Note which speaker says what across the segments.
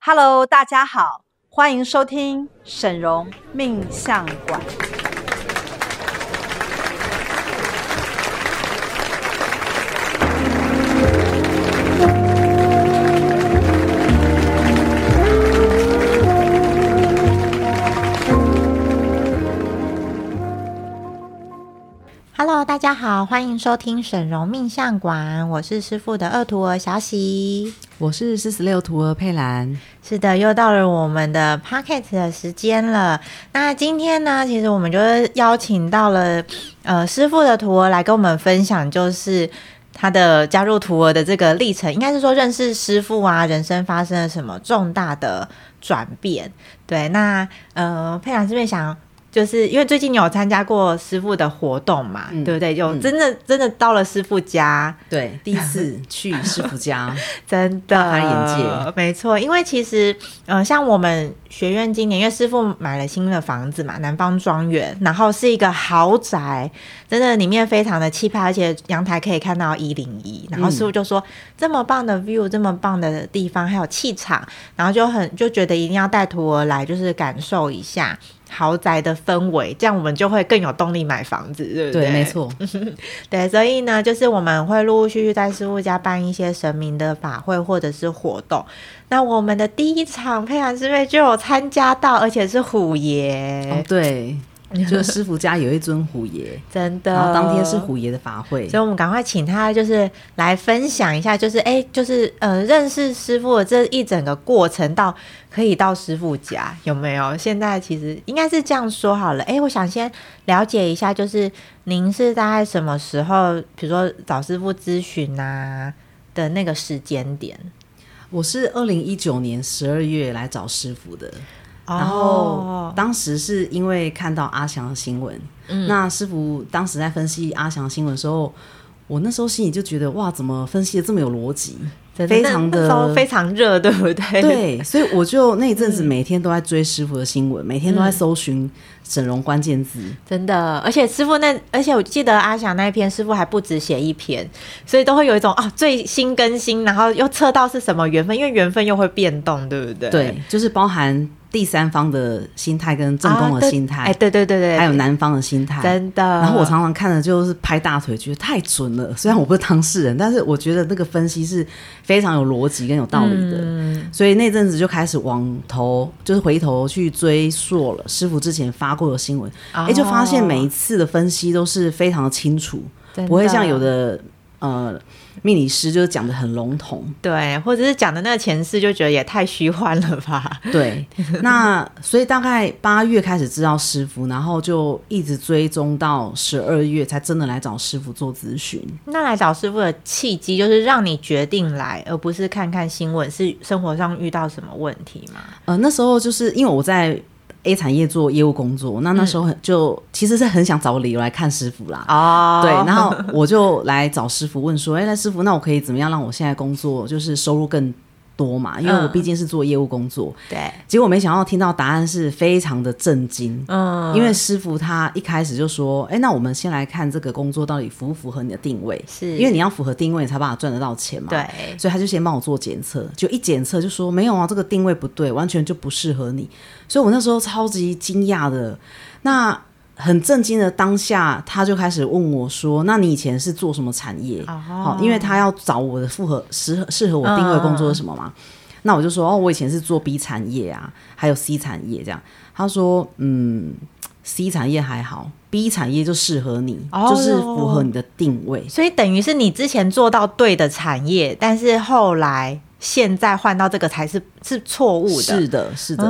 Speaker 1: Hello，大家好，欢迎收听沈荣命相馆。
Speaker 2: Hello，大家好，欢迎收听沈荣命相馆，我是师傅的二徒儿小喜。
Speaker 3: 我是四十六徒儿佩兰，
Speaker 2: 是的，又到了我们的 p o c k e t 的时间了。那今天呢，其实我们就是邀请到了呃师傅的徒儿来跟我们分享，就是他的加入徒儿的这个历程，应该是说认识师傅啊，人生发生了什么重大的转变。对，那呃佩兰这边想。就是因为最近你有参加过师傅的活动嘛，
Speaker 3: 嗯
Speaker 2: 对不对？有
Speaker 3: 嗯
Speaker 2: 真的、真的到了师傅家，
Speaker 3: 对，第一 次去师傅家，
Speaker 2: 真的
Speaker 3: 大开眼界，
Speaker 2: 没错。因为其实，呃，像我们学院今年，因为师傅买了新的房子嘛，南方庄园，然后是一个豪宅，真的里面非常的气派，而且阳台可以看到一零一。然后师傅
Speaker 3: 嗯
Speaker 2: 就说，这么棒的 view，这么棒的地方，还有气场，然后就很就觉得一定要带徒儿来，就是感受一下。豪宅的氛围，这样我们就会更有动力买房子，对不对？
Speaker 3: 对，没错，
Speaker 2: 对，所以呢，就是我们会陆陆续续在师傅家办一些神明的法会或者是活动。那我们的第一场佩兰师妹就有参加到，而且是虎爷，
Speaker 3: 哦， 对，就是师傅家有一尊虎爷，
Speaker 2: 真的。
Speaker 3: 然后当天是，虎爷的法会
Speaker 2: 所，以我们赶快请他就是来分享一下，就是哎、就是呃，认识师傅的这一整个过程到可以到师傅家有没有？现在其实应该是这样说好了。哎、我想先了解一下，就是您是大概什么时候，比如说找师傅咨询啊的那个时间点？
Speaker 3: 我是二零一九年十二月来找师傅的，
Speaker 2: 哦
Speaker 3: 然后当时是因为看到阿翔的新闻，
Speaker 2: 嗯
Speaker 3: 那师傅当时在分析阿翔的新闻的时候，我那时候心里就觉得哇，怎么分析的这么有逻辑？
Speaker 2: 真
Speaker 3: 非常
Speaker 2: 那时候
Speaker 3: 的
Speaker 2: 非常热，对不对？
Speaker 3: 对，所以我就那一阵
Speaker 2: 嗯
Speaker 3: 子每天都在追师傅的新闻，每天都在搜寻整容关键字。
Speaker 2: 真的，而且师傅那，而且我记得阿翔那一篇，师傅还不止写一篇，所以都会有一种啊最新更新，然后又测到是什么缘分，因为缘分又会变动，对不对？
Speaker 3: 对，就是包含第三方的心态跟正
Speaker 2: 啊，
Speaker 3: 宫的
Speaker 2: 对
Speaker 3: 心态，
Speaker 2: 哎，对对对对，
Speaker 3: 还有男方的心态。
Speaker 2: 真的。
Speaker 3: 然后我常常看的就是拍大腿，觉得太准了。虽然我不是当事人，但是我觉得那个分析是非常有逻辑跟有道理的。
Speaker 2: 嗯
Speaker 3: 所以那阵子就开始往头，就是回头去追溯了师傅之前发过的新闻，哎、就发
Speaker 2: 哦
Speaker 3: 现每一次的分析都是非常的清楚，
Speaker 2: 真的
Speaker 3: 不会像有的呃命理师就是讲的很笼统。
Speaker 2: 对，或者是讲的那个前世，就觉得也太虚幻了吧？
Speaker 3: 对，那所以大概八月开始知道师傅，然后就一直追踪到十二月，才真的来找师傅做咨询。
Speaker 2: 那来找师傅的契机，就是让你决定来，而不是看看新闻，是生活上遇到什么问题吗？
Speaker 3: 呃，那时候就是因为我在 A 产业做业务工作，那
Speaker 2: 嗯
Speaker 3: 那时候很就、其实是很想找理由来看师傅啦。
Speaker 2: 哦
Speaker 3: 对，然后我就来找师傅问说：“哎、那师傅，那我可以怎么样让我现在工作就是收入更多嘛？因为我
Speaker 2: 嗯
Speaker 3: 毕竟是做业务工作。
Speaker 2: 对，
Speaker 3: 结果没想到听到答案是非常的震惊，
Speaker 2: 嗯，
Speaker 3: 因为师傅他一开始就说：“哎、那我们先来看这个工作到底符不符合你的定位，
Speaker 2: 是
Speaker 3: 因为你要符合定位，你才办法赚得到钱嘛。”
Speaker 2: 对，
Speaker 3: 所以他就先帮我做检测，就一检测就说没有啊，这个定位不对，完全就不适合你。所以我那时候超级惊讶的，那很震惊的当下，他就开始问我说：“那你以前是做什么产业？”好、因为
Speaker 2: 哦
Speaker 3: 他要找我的符合适合适合我定位工作是什么
Speaker 2: 嗯
Speaker 3: 嘛。那我就说：“哦，我以前是做 B 产业啊，还有 C 产业这样。”他说：“嗯，C 产业还好。” B 产业就适合你，
Speaker 2: 哦
Speaker 3: 就是符合你的定位。
Speaker 2: 所以等于是你之前做到对的产业，但是后来现在换到这个才是是错误的。哦
Speaker 3: 是的，是的。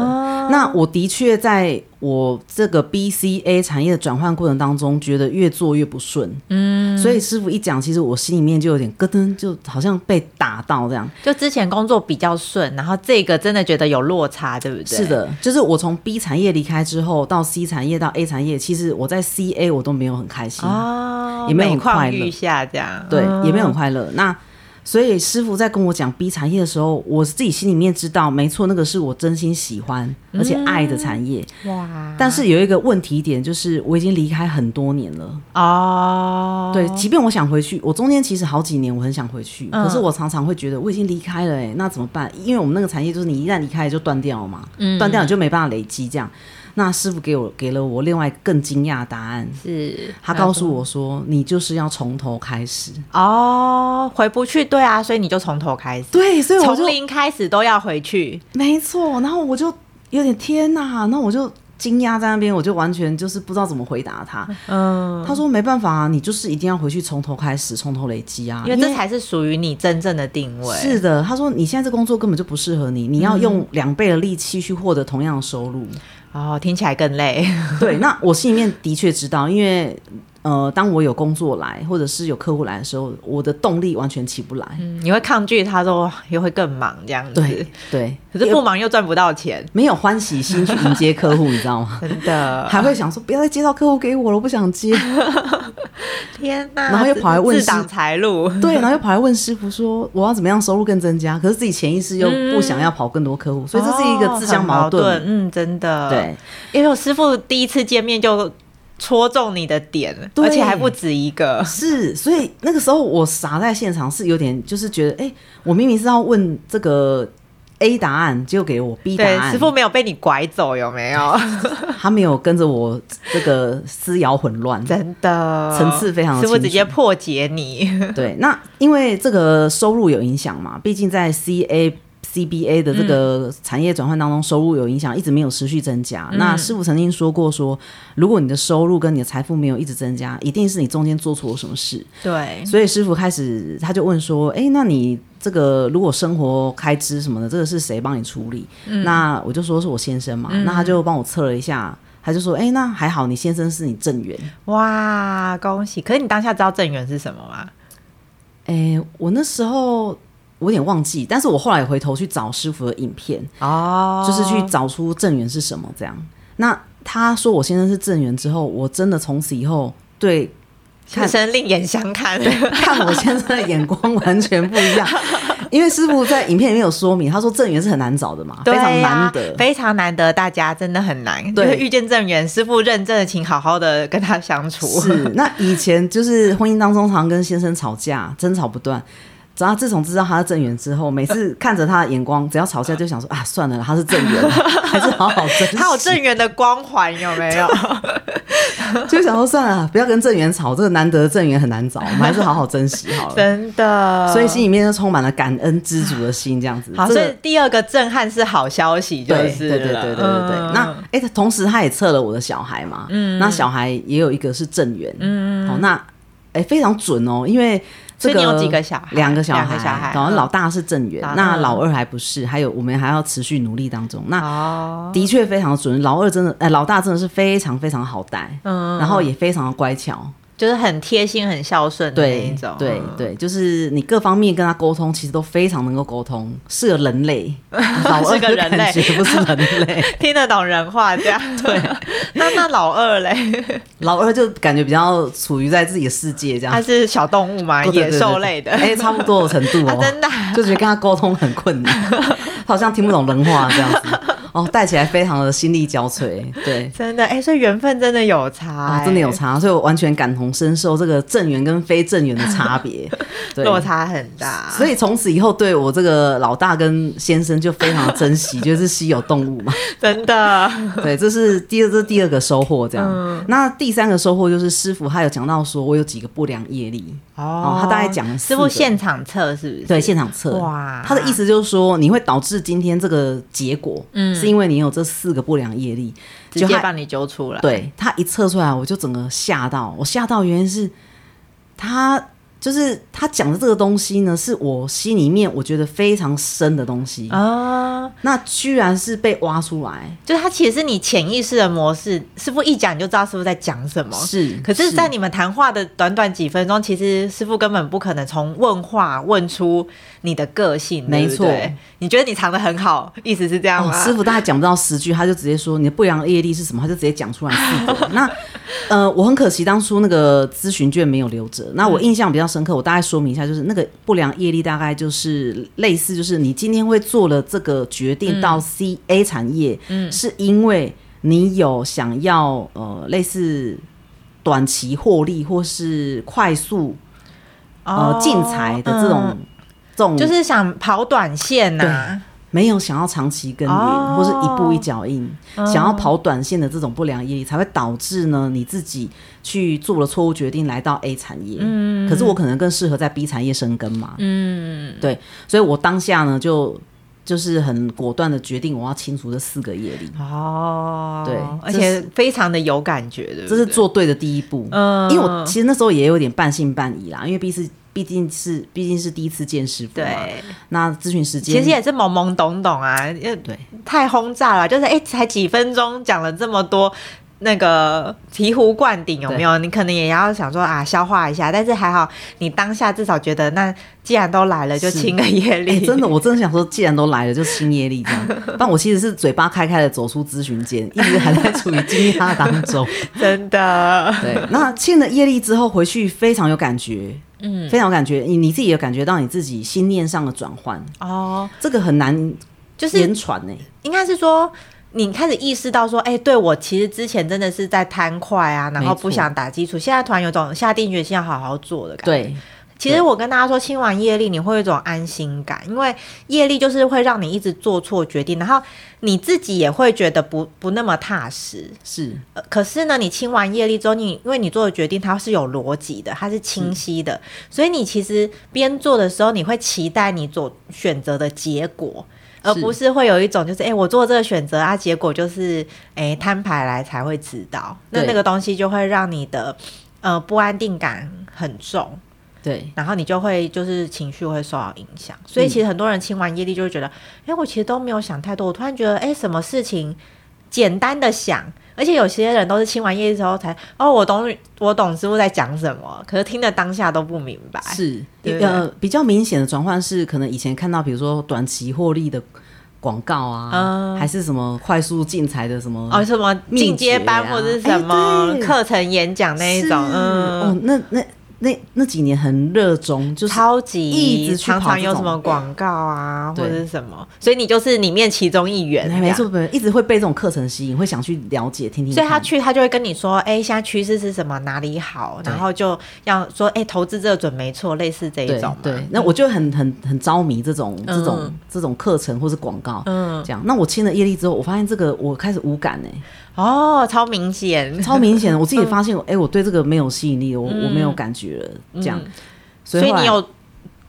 Speaker 3: 那我的确在我这个 BCA 产业的转换过程当中，觉得越做越不顺。嗯，所以师傅一讲，其实我心里面就有点咯噔，就好像被打到这样。
Speaker 2: 就之前工作比较顺，然后这个真的觉得有落差，对不对？
Speaker 3: 是，的，就是我从 B 产业离开之后，到 C 产业到 A 产业，其实我在 CA 我都没有很开心，
Speaker 2: 哦，
Speaker 3: 也没有
Speaker 2: 每
Speaker 3: 很快
Speaker 2: 况
Speaker 3: 乐
Speaker 2: 愈下这样。
Speaker 3: 对，
Speaker 2: 嗯
Speaker 3: 也没有很快乐。那所以师傅在跟我讲 B 产业的时候，我自己心里面知道，没错，那个是我真心喜欢而且爱的产业。
Speaker 2: 哇，
Speaker 3: 但是有一个问题点，就是我已经离开很多年了。
Speaker 2: 哦，
Speaker 3: 对，即便我想回去，我中间其实好几年我很想回去，
Speaker 2: 嗯
Speaker 3: 可是我常常会觉得我已经离开了、欸，那怎么办？因为我们那个产业就是你一旦离开就断掉嘛，
Speaker 2: 嗯
Speaker 3: 断掉你就没办法累积这样。那师傅给我给了我另外一个更惊讶的答案，
Speaker 2: 是
Speaker 3: 他告诉我说：“你就是要从头开始。
Speaker 2: 哦，回不去，对啊，所以你就从头开始”，
Speaker 3: 对，所以我就
Speaker 2: 从零开始都要回去，
Speaker 3: 没错，然后我就有点天哪，那我就惊讶在那边，我就完全就是不知道怎么回答他。
Speaker 2: 嗯，
Speaker 3: 他说：“没办法啊，你就是一定要回去从头开始，从头累积啊，
Speaker 2: 因为这才是属于你真正的定位，
Speaker 3: 是的，他说你现在这工作根本就不适合你，你要用两倍的力气去获得同样的收入。
Speaker 2: 哦，听起来更累，
Speaker 3: 对，那我心里面的确知道，因为呃，当我有工作来，或者是有客户来的时候，我的动力完全起不来。
Speaker 2: 你会抗拒他说哇又会更忙这样子，
Speaker 3: 对对，
Speaker 2: 可是不忙又赚不到钱，
Speaker 3: 没有欢喜心去迎接客户，你知道 吗？
Speaker 2: 真的，
Speaker 3: 还会想说不要再接到客户给我了，我不想 接。
Speaker 2: 天哪，
Speaker 3: 然后又跑来问
Speaker 2: 自
Speaker 3: 是
Speaker 2: 挡财路，
Speaker 3: 对，然后又跑来问师傅说我要怎么样收入更增加，可是自己潜意识又不想要跑更多客户，所以这是一个自相
Speaker 2: 哦
Speaker 3: 嗯矛
Speaker 2: 很
Speaker 3: 盾。
Speaker 2: 嗯，真的，
Speaker 3: 对，
Speaker 2: 因为我师傅第一次见面就戳中你的点，
Speaker 3: 对
Speaker 2: 而且还不止一个，
Speaker 3: 是，所以那个时候我傻在现场，是有点就是觉得，哎、我明明是要问这个 A 答案，结果给我 B 答
Speaker 2: 对，
Speaker 3: 案，
Speaker 2: 师傅没有被你拐走，有没有？
Speaker 3: 他没有跟着我这个思瑶混 乱。
Speaker 2: 真的，
Speaker 3: 层次非常
Speaker 2: 师
Speaker 3: 清楚
Speaker 2: 傅直接破解你，
Speaker 3: 对，那因为这个收入有影响嘛，毕竟在 CA。CBA 的这个产业转换当中，收入有影响，一直没有持续增加。
Speaker 2: 嗯
Speaker 3: 那师傅曾经说过说如果你的收入跟你的财富没有一直增加，一定是你中间做错了什么事。
Speaker 2: 对，
Speaker 3: 所以师傅开始他就问说：“哎、那你这个如果生活开支什么的，这个是谁帮你处理？”那我就说是我先生嘛，那他就帮我测了一下，他就说：“哎、那还好，你先生是你正缘。
Speaker 2: 哇，恭喜！可是你当下知道正缘是什么吗？
Speaker 3: 哎、我那时候。我有点忘记，但是我后来回头去找师傅的影片，
Speaker 2: 哦，
Speaker 3: 就是去找出正缘是什么这样。那他说我先生是正缘之后，我真的从此以后对看
Speaker 2: 看生另眼相 看，
Speaker 3: 看我先生的眼光完全不一样。因为师傅在影片里面有说明，他说正缘是很难找的嘛，非
Speaker 2: 对啊
Speaker 3: 常难得。
Speaker 2: 非常难得，大家真的很难，
Speaker 3: 对
Speaker 2: 就是遇见正缘，师傅认真的，请好好的跟他相处。
Speaker 3: 是，那以前就是婚姻当中常跟先生吵架，争吵不断。只要自从知道他是正缘之后，每次看着他的眼光，只要吵架就想说啊，算了啦，他是正 缘，还是好好珍惜。
Speaker 2: 他有正缘的光环有没有？
Speaker 3: 就想说算了，不要跟正缘吵，这个难得的正缘很难找，我们还是好好珍惜 好了。
Speaker 2: 真的，
Speaker 3: 所以心里面就充满了感恩知足的心，这样子。
Speaker 2: 啊好，
Speaker 3: 这
Speaker 2: 所
Speaker 3: 个
Speaker 2: 以第二个震撼是好消息，就
Speaker 3: 对
Speaker 2: 是
Speaker 3: 对对对
Speaker 2: 了
Speaker 3: 对对对。
Speaker 2: 嗯
Speaker 3: 那哎、他同时他也测了我的小孩嘛，嗯，那小孩也有一个是正缘，嗯，好、那哎、非常准哦，因为
Speaker 2: 所
Speaker 3: 这
Speaker 2: 以
Speaker 3: 个
Speaker 2: 你有几个小孩
Speaker 3: 两个小
Speaker 2: 两个小孩
Speaker 3: 然后
Speaker 2: 嗯
Speaker 3: 老大是正缘，
Speaker 2: 老
Speaker 3: 那
Speaker 2: 二
Speaker 3: 老二还不是，还有我们还要持续努力当中。那
Speaker 2: 哦，
Speaker 3: 的确非常准，老二真的，哎、老大真的是非常非常好带，嗯，然后也非常的乖巧，
Speaker 2: 就是很贴心、很孝顺的那
Speaker 3: 对
Speaker 2: 一种，
Speaker 3: 对
Speaker 2: 嗯
Speaker 3: 对，就是你各方面跟他沟通，其实都非常能够沟通，是个人 类，老二
Speaker 2: 是个
Speaker 3: 的
Speaker 2: 人
Speaker 3: 感
Speaker 2: 类
Speaker 3: 觉不是人类，
Speaker 2: 听得懂人话这样。对，那那老二嘞，
Speaker 3: 老二就感觉比较处于在自己的世界这样，
Speaker 2: 他是小动物嘛，
Speaker 3: 对对对
Speaker 2: 啊野
Speaker 3: 对
Speaker 2: 兽类的，
Speaker 3: 哎、差不多的程度 哦，
Speaker 2: 啊真的啊
Speaker 3: 就觉得跟他沟通很困难， 他好像听不懂人话这样子，哦，带起来非常的心力交瘁，对。
Speaker 2: 真的哎，所以缘分真的有差
Speaker 3: 啊、
Speaker 2: 哎，
Speaker 3: 真的有差，所以我完全感同身受这个正缘跟非正缘的差 别，对，
Speaker 2: 落差很大，
Speaker 3: 所以从此以后，对我这个老大跟先生就非常珍 惜，就是稀有动物嘛。
Speaker 2: 真的
Speaker 3: 对，这是第二，这是第二个收获，这样。
Speaker 2: 嗯
Speaker 3: 那第三个收获就是师傅他有讲到说，我有几个不良业力，哦他大概讲了四
Speaker 2: 师
Speaker 3: 个
Speaker 2: 傅现场测是不是？
Speaker 3: 对，现场测。
Speaker 2: 哇
Speaker 3: 他的意思就是说，你会导致今天这个结果，嗯，是因为你有这四个不良业力，
Speaker 2: 直接
Speaker 3: 他
Speaker 2: 帮你揪出来，，
Speaker 3: 对他一测出来，我就整个吓到，我吓到原因是他。就是他讲的这个东西呢，是我心里面我觉得非常深的东西，
Speaker 2: 啊，
Speaker 3: 那居然是被挖出来，
Speaker 2: 就是它其实是你潜意识的模式，师傅一讲你就知道师傅在讲什么。
Speaker 3: 是。
Speaker 2: 可是，在你们谈话的短短几分钟，其实师傅根本不可能从问话问出你的个性，
Speaker 3: 没
Speaker 2: 对不对
Speaker 3: 错。
Speaker 2: 你觉得你藏得很好，意思是这样啊
Speaker 3: 哦
Speaker 2: 吗？，
Speaker 3: 师傅大概讲不到十句，他就直接说你的不良业力是什么，他就直接讲 出来四个。那呃，我很可惜当初那个咨询券没有留着。那我印象比较深刻，我大概说明一下，就是那个不良业力大概就是类似，就是你今天会做了这个决定
Speaker 2: 嗯
Speaker 3: 到 C A 产业，嗯，是因为你有想要呃类似短期获利或是快速呃进财的这种、这种，
Speaker 2: 哦嗯就是想跑短线呐、
Speaker 3: 没有想要长期耕耘、
Speaker 2: 哦嗯
Speaker 3: 或是一步一脚印，想要跑短线的这种不良业力，才会导致呢你自己去做了错误决定，来到 A 产业。嗯，可是我可能更适合在 B 产业生根嘛。嗯，对，所以我当下呢就就是很果断的决定，我要清除这四个业力。
Speaker 2: 哦，
Speaker 3: 对
Speaker 2: 而
Speaker 3: 这
Speaker 2: 且
Speaker 3: 是
Speaker 2: 非常的有感觉，对不对？
Speaker 3: 这是做对的第一步。
Speaker 2: 嗯
Speaker 3: 因为我其实那时候也有点半信半疑啦，因为毕是毕竟是毕竟是第一次见师傅嘛。
Speaker 2: 对，
Speaker 3: 那咨询时间
Speaker 2: 其实也是懵懵懂懂啊，也
Speaker 3: 对。
Speaker 2: 太轰炸了，就是哎、诶才几分钟讲了这么多。那个醍醐灌顶有没有？你可能也要想说啊，消化一下，但是还好，你当下至少觉得，那既然都来了，就是清个业
Speaker 3: 哎、
Speaker 2: 力。
Speaker 3: 真的，我真的想说，既然都来了，就新业力这样。但我其实是嘴巴开开的走出咨询间，一直还在处于惊讶当 中。
Speaker 2: 真的，
Speaker 3: 对，那欠了业力之后回去非常有感觉，嗯，非常有感觉，你你自己也感觉到你自己心念上的转换，
Speaker 2: 哦，
Speaker 3: 这个很难
Speaker 2: 就是
Speaker 3: 言传欸呢、
Speaker 2: 应该是说，你开始意识到说，哎、对我其实之前真的是在贪快啊，然后
Speaker 3: 没错
Speaker 2: 不想打基础，现在突然有种下定决心要好好做的感觉。
Speaker 3: 对，
Speaker 2: 其实我跟大家说，清完业力你会有一种安心感，因为业力就是会让你一直做错决定，然后你自己也会觉得不不那么踏实。
Speaker 3: 是
Speaker 2: 呃可是呢，你清完业力之后，你因为你做的决定它是有逻辑的，它是清晰的，所以你其实边做的时候，你会期待你所选择的结果。而不是会有一种就是，哎、我做这个选择啊，结果就是，哎、摊牌来才会知道。那
Speaker 3: 对
Speaker 2: 那个东西就会让你的呃不安定感很重。
Speaker 3: 对，
Speaker 2: 然后你就会就是情绪会受到影响，所以其实很多人清完业力就会觉得，哎、我其实都没有想太多，我突然觉得，哎、什么事情简单的想，而且有些人都是清完业力之后才，哦，我懂我懂师傅在讲什么，可是听的当下都不明白，
Speaker 3: 是
Speaker 2: 哎对
Speaker 3: 呃比较明显的转换是，可能以前看到比如说短期获利的广告啊，
Speaker 2: 嗯
Speaker 3: 还是什么快速进财的什么
Speaker 2: 哦，什么
Speaker 3: 秘诀啊
Speaker 2: 进阶班或者是什么
Speaker 3: 哎对
Speaker 2: 课程演讲那一
Speaker 3: 是
Speaker 2: 种，嗯，
Speaker 3: 哦，那那那那几年很热衷，就是
Speaker 2: 超级
Speaker 3: 一直去
Speaker 2: 常
Speaker 3: 跑
Speaker 2: 常
Speaker 3: 这
Speaker 2: 有什
Speaker 3: 种
Speaker 2: 么广告啊或
Speaker 3: 对
Speaker 2: 者是什么，所以你就是里面其中一员，
Speaker 3: 哎没错，没错，一直会被这种课程吸引，会想去了解听听看。
Speaker 2: 所以他去，他就会跟你说，哎、现在趋势是什么，哪里好，然后就要说，哎、投资这个准没错，类似这一
Speaker 3: 对
Speaker 2: 种嘛。嗯
Speaker 3: 对，那我就很很很着迷这种这种、这种课程或是广告，嗯，这样。那我签了业力之后，我发现这个我开始无感哎、
Speaker 2: 哦，超明显，
Speaker 3: 超明显的，我
Speaker 2: 嗯
Speaker 3: 自己也发现，哎、我对这个没有吸引力，我、我没有感觉了，这样。
Speaker 2: 嗯
Speaker 3: 所
Speaker 2: 所以
Speaker 3: 后来
Speaker 2: 你有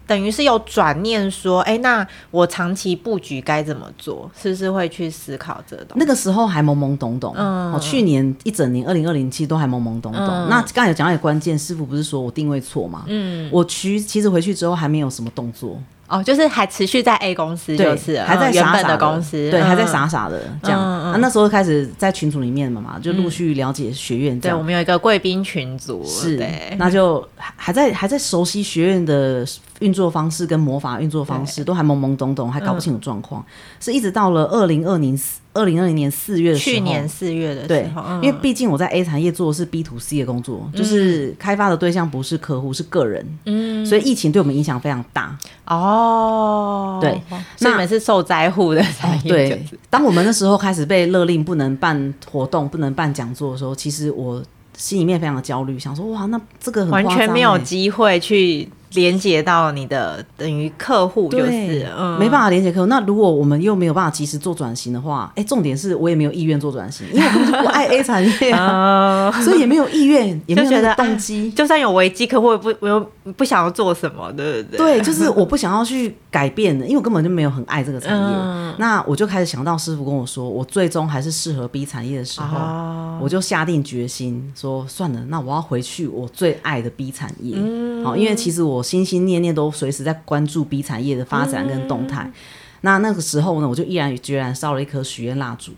Speaker 2: 等于是有转念说，哎、那我长期布局该怎么做？是不是会去思考这个东西？
Speaker 3: 那个时候还懵懵懂懂，
Speaker 2: 嗯
Speaker 3: 哦，去年一整年二零二零期都还懵懵懂懂。那刚才有讲到一个关键，师傅不是说我定位错吗？嗯，我去其实回去之后还没有什么动作，
Speaker 2: 哦，就是还持续在 A 公司，
Speaker 3: 对，
Speaker 2: 就是
Speaker 3: 还在
Speaker 2: 嗯
Speaker 3: 傻
Speaker 2: 原
Speaker 3: 傻
Speaker 2: 本的公司，
Speaker 3: 对，
Speaker 2: 嗯
Speaker 3: 还在。傻傻的这样。
Speaker 2: 嗯嗯嗯
Speaker 3: 啊那时候开始在群组里面嘛嘛，就陆续了解学院
Speaker 2: 对，
Speaker 3: 这样。
Speaker 2: 我们有一个贵宾群组，
Speaker 3: 是
Speaker 2: 对，
Speaker 3: 那就还还在还在熟悉学院的运作方式跟魔法运作方式，都还懵懵懂懂，还
Speaker 2: 嗯
Speaker 3: 搞不清楚状况。是一直到了二零二零二零二零年四月的时候，
Speaker 2: 去年四月的时
Speaker 3: 对
Speaker 2: 候，，
Speaker 3: 因为
Speaker 2: 嗯
Speaker 3: 毕竟我在 A 产业做的是 B to C 的工作，就是开发的对象不是客户，是个人，嗯，所以疫情对我们影响非常大。
Speaker 2: 哦，
Speaker 3: 对，
Speaker 2: 所以你
Speaker 3: 那
Speaker 2: 们是受灾户的产业，就
Speaker 3: 对
Speaker 2: 是，
Speaker 3: 当我们那时候开始被勒令不能办活动、不能办讲座的时候，其实我心里面非常的焦虑，想说哇，那这个很夸
Speaker 2: 完
Speaker 3: 张
Speaker 2: 全没有
Speaker 3: 欸
Speaker 2: 机会去连接到你的等于客户，就
Speaker 3: 对
Speaker 2: 是，嗯，
Speaker 3: 没办法连接客户。那如果我们又没有办法及时做转型的话，哎、重点是我也没有意愿做转型，因为我根本就不爱 A 产业、 啊，所以也没有意愿，也没有
Speaker 2: 哦就觉
Speaker 3: 那
Speaker 2: 得
Speaker 3: 个
Speaker 2: 啊
Speaker 3: 动机。
Speaker 2: 就算有危机，客户也不我又不想要做什么，对不对？
Speaker 3: 对，就是我不想要去改变的，因为我根本就没有很爱这个产业。
Speaker 2: 嗯
Speaker 3: 那我就开始想到师傅跟我说，我最终还是适合 B 产业的时候，
Speaker 2: 哦
Speaker 3: 我就下定决心说，算了，那我要回去我最爱的 B 产业。
Speaker 2: 嗯
Speaker 3: 好，因为其实我心心念念都随时在关注 B 产业的发展跟动态。
Speaker 2: 嗯
Speaker 3: 那那个时候呢，我就毅然决然烧了一颗许愿蜡烛，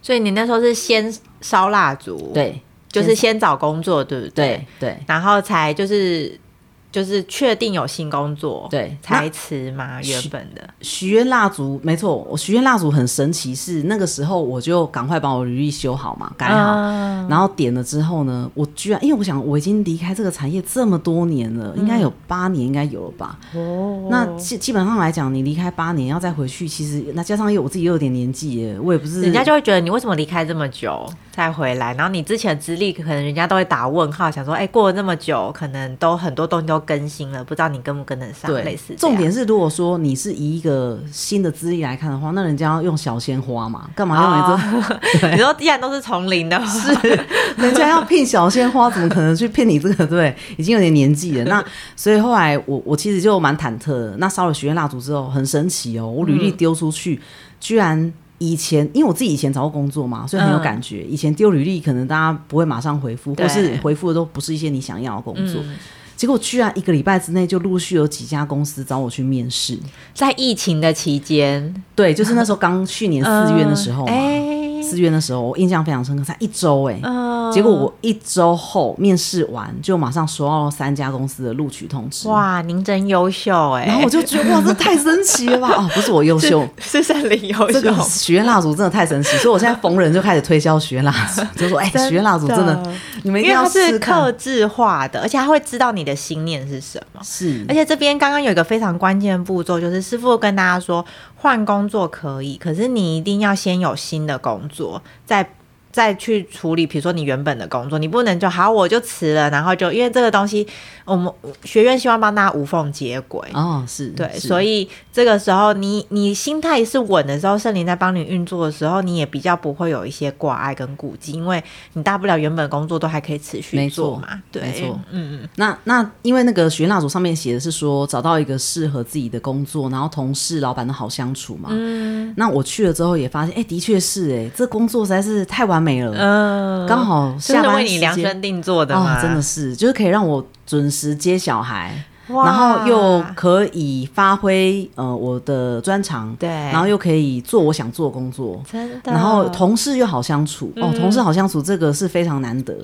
Speaker 2: 所以你那时候是先烧蜡烛，，
Speaker 3: 对，
Speaker 2: 就是先找工作，对不对？
Speaker 3: 对对
Speaker 2: 然后才就是。就是确定有新工作，
Speaker 3: 对
Speaker 2: 才
Speaker 3: 那
Speaker 2: 辞嘛，原本的
Speaker 3: 许愿蜡烛，没错，我许愿蜡烛很神奇，是那个时候我就赶快把我履历修好嘛，
Speaker 2: 啊
Speaker 3: 改好，然后点了之后呢，我居然因为我想我已经离开这个产业这么多年了，应该有八年，应该有了吧？
Speaker 2: 嗯哦
Speaker 3: 那基基本上来讲，你离开八年要再回去，其实那加上又我自己又有点年纪耶，我也不是
Speaker 2: 人家就会觉得你为什么离开这么久才回来，然后你之前的资历可能人家都会打问号，想说，哎、过了那么久，可能都很多东西都更新了，不知道你跟不跟得上，类似这样
Speaker 3: 重点是，如果说你是以一个新的资历来看的话，那人家要用小鲜花嘛，干嘛
Speaker 2: 哦
Speaker 3: 用你这？
Speaker 2: 你说既然都是从零的话，是
Speaker 3: 人家要聘小鲜花，怎么可能去骗你这个？对，已经有点年纪了。那所以后来我我其实就蛮忐忑的。那烧了许愿蜡烛之后，很神奇哦，我履历丢出去，居然。以前，因为我自己以前找过工作嘛，所以很有感觉。以前丢履历，可能大家不会马上回复，
Speaker 2: 嗯对
Speaker 3: 或是回复的都不是一些你想要的工作。结果居然一个礼拜之内就陆续有几家公司找我去面试。
Speaker 2: 在疫情的期间，
Speaker 3: 对，就是那时候刚去年四月的时 候嘛，
Speaker 2: 哎
Speaker 3: 四、月的时候我印象非常深刻，才一周哎、
Speaker 2: 嗯
Speaker 3: 结果我一周后面试完，就马上收到三家公司的录取通知。！
Speaker 2: 哇，您真优秀哎、
Speaker 3: 然后我就觉得哇，这太神奇 了吧！哦，不是我优秀，
Speaker 2: 是森林优
Speaker 3: 这
Speaker 2: 秀
Speaker 3: 个。许愿蜡烛真的太神奇，所以我现在逢人就开始推销许愿蜡 烛，就说哎，
Speaker 2: 真的
Speaker 3: 许愿蜡烛真的，你们一
Speaker 2: 因
Speaker 3: 定
Speaker 2: 为
Speaker 3: 要
Speaker 2: 它
Speaker 3: 试
Speaker 2: 是
Speaker 3: 试
Speaker 2: 克
Speaker 3: 看。
Speaker 2: 制化的，而且他会知道你的心念是什么。
Speaker 3: 是，
Speaker 2: 而且这边刚刚有一个非常关键的步骤，就是师傅跟大家说，换工作可以，可是你一定要先有新的工作，再再去处理，比如说你原本的工作，你不能就好我就辞了，然后就因为这个东西，我们学院希望帮大家无缝接轨。
Speaker 3: 哦，是
Speaker 2: 对，
Speaker 3: 是
Speaker 2: 所以这个时候你你心态是稳的时候，圣灵在帮你运作的时候，你也比较不会有一些挂碍跟顾忌，因为你大不了原本工作都还可以持续
Speaker 3: 没
Speaker 2: 做
Speaker 3: 错
Speaker 2: 嘛。对，
Speaker 3: 没错
Speaker 2: 嗯嗯，
Speaker 3: 那那因为那个许愿蜡烛上面写的是说找到一个适合自己的工作，然后同事、老板都好相处嘛。
Speaker 2: 嗯
Speaker 3: 那我去了之后也发现，哎、的确是哎、这工作实在是太完美了，
Speaker 2: 嗯
Speaker 3: 刚、好
Speaker 2: 就是
Speaker 3: 下班
Speaker 2: 为你
Speaker 3: 时
Speaker 2: 量
Speaker 3: 间
Speaker 2: 身定做的
Speaker 3: 哦
Speaker 2: 嘛，，
Speaker 3: 真的是，就是可以让我准时接小孩，
Speaker 2: 哇，
Speaker 3: 然后又可以发挥呃我的专长，
Speaker 2: 对啊
Speaker 3: 然后又可以做我想做的工作。
Speaker 2: 真的，
Speaker 3: 然后同事又好相处、
Speaker 2: 嗯
Speaker 3: 哦，同事好相处这个是非常难得。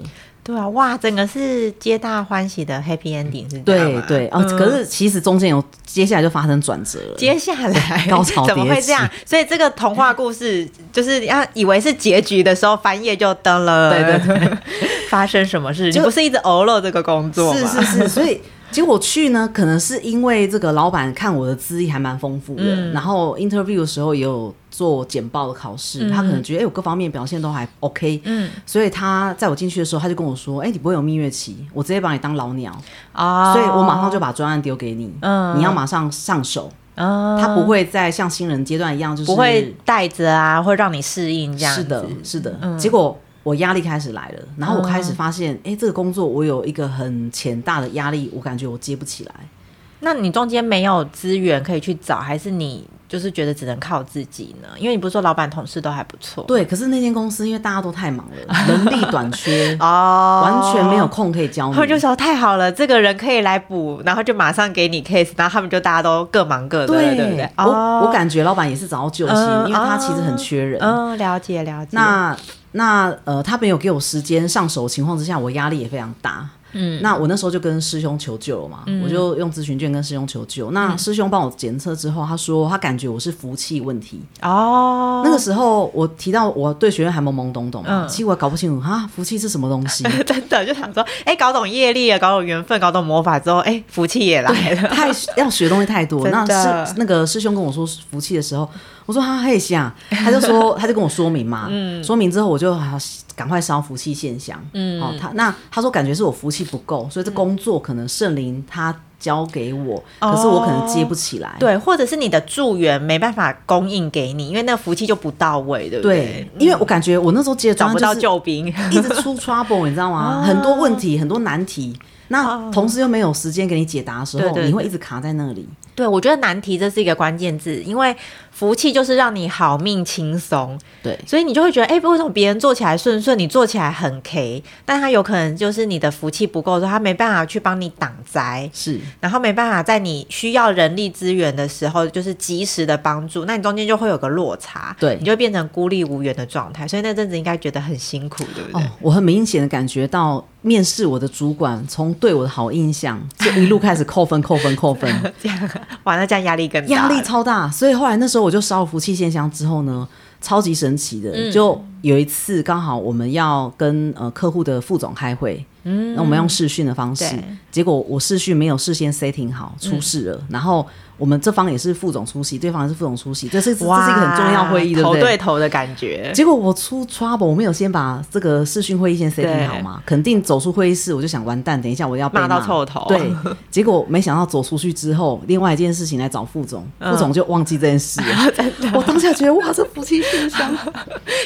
Speaker 2: 对啊，哇，整个是皆大欢喜的 happy ending 是这样
Speaker 3: 对
Speaker 2: 吗嗯
Speaker 3: 对哦，可是其实中间有接下来就发生转折了。
Speaker 2: 接下来
Speaker 3: 高潮迭起
Speaker 2: 怎么会这样？所以这个童话故事就是要以为是结局的时候翻页就登了，
Speaker 3: 对
Speaker 2: 对对， 发生什么事？你
Speaker 3: 就
Speaker 2: 不是一直偶漏这个工作吗？
Speaker 3: 是是是，所以结果去呢，可能是因为这个老板看我的资历还蛮丰富的，
Speaker 2: 嗯
Speaker 3: 然后 interview 的时候也有做简报的考
Speaker 2: 嗯
Speaker 3: 试，他可能觉得哎、我各方面表现都还 OK，嗯，所以他在我进去的时候，他就跟我说，哎、你不会有蜜月期，我直接把你当老鸟，
Speaker 2: 啊
Speaker 3: 所以我马上就把专案丢给你，
Speaker 2: 嗯
Speaker 3: 你要马上上手，
Speaker 2: 啊
Speaker 3: 他不会再像新人阶段一样，就是
Speaker 2: 不会带着啊，会让你适应这样子嗯
Speaker 3: 是的，是的。结果我压力开始来了，然后我开始发现，哎、这个工作我有一个很强大的压力，我感觉我接不起来。
Speaker 2: 那你中间没有资源可以去找，还是你就是觉得只能靠自己呢？因为你不是说老板同事都还不错，，
Speaker 3: 对，可是那间公司因为大家都太忙了，人力短缺
Speaker 2: 哦
Speaker 3: 完全没有。空可以教你
Speaker 2: 他。们就说太好了，这个人可以来补，然后就马上给你 case，然后他们就大家都各忙各的了，
Speaker 3: 对
Speaker 2: 对不对？
Speaker 3: 我、
Speaker 2: 哦
Speaker 3: 我感觉老板也是找到救星，
Speaker 2: 嗯
Speaker 3: 因为他其实很缺人。
Speaker 2: 嗯，了解了解。
Speaker 3: 那那呃，他没有给我时间上手的情况之下，我压力也非常大。嗯，那我那时候就跟师兄求救了嘛，
Speaker 2: 嗯
Speaker 3: 我就用咨询券跟师兄求救。那师兄帮我检测之后，他说他感觉我是服气问题。
Speaker 2: 哦，嗯
Speaker 3: 那个时候我提到我对学院还懵懵懂懂嘛，其实我也搞不清楚啊，服气是什么 东西，
Speaker 2: 真的就想说，哎，搞懂业力了，搞懂缘分，搞懂魔法之后，哎，福气也来 了。
Speaker 3: 太要学的东西太多。
Speaker 2: 真的
Speaker 3: 那师那个师兄跟我说服气的时候，我说啊，嘿下，他就说他就跟我说明嘛，
Speaker 2: 嗯
Speaker 3: 说明之后我就好赶快烧服气现象，嗯，哦，他那他说感觉是我福气不够，所以这
Speaker 2: 嗯
Speaker 3: 工作可能圣灵他交给我，可是我可能接不起来，
Speaker 2: 哦 对，或者是你的助缘没办法供应给你，因为那个福气就不到位，对不
Speaker 3: 对，因为我感觉我那时候接的
Speaker 2: 找
Speaker 3: 专案
Speaker 2: 不
Speaker 3: 就
Speaker 2: 到
Speaker 3: 是
Speaker 2: 救哦兵。
Speaker 3: 一直出 trouble，你知道吗？很多问题，很多难题。那同时又没有时间给你解答的时
Speaker 2: 对
Speaker 3: 候，
Speaker 2: 哦对
Speaker 3: 你会一直卡在那里。
Speaker 2: 对，我觉得难题这是一个关键字，因为福气就是让你好命轻松，
Speaker 3: 对
Speaker 2: 所以你就会觉得，哎、为什么别人做起来顺顺，你做起来很 K？但他有可能就是你的福气不够的时候，他没办法去帮你挡灾，
Speaker 3: 是
Speaker 2: 然后没办法在你需要人力资源的时候，就是及时的帮助，那你中间就会有个落差，
Speaker 3: 对
Speaker 2: 你就会变成孤立无援的状态。所以那阵子应该觉得很辛苦，对不
Speaker 3: 哦
Speaker 2: 对？，
Speaker 3: 我很明显的感觉到面试我的主管从对我的好印象，就一路开始扣分、扣分、扣分。
Speaker 2: 这样， 哇，那这样压力更大，
Speaker 3: 压力。超大，所以后来那时候我就烧了福气线香之后呢，超级神奇的，就有一次刚好我们要跟呃客户的副总开会，嗯，那我们用视讯的方式
Speaker 2: 对，
Speaker 3: 结果我视讯没有事先 setting 好，出事了，然后我们这方也是副总出席，对方也是副总出席，这是这是一个很重要会议，对不
Speaker 2: 头对
Speaker 3: 对？
Speaker 2: 头的感觉，
Speaker 3: 结果我出 trouble，我没有先把这个视讯会议先 setting 好嘛，肯定走出会议室我就想完蛋，等一下我要被
Speaker 2: 骂到臭头
Speaker 3: 对，结果没想到走出去之后，另外一件事情来找副总，副总就忘记这件事
Speaker 2: 啊
Speaker 3: 了。我当下觉得哇，这福气线香，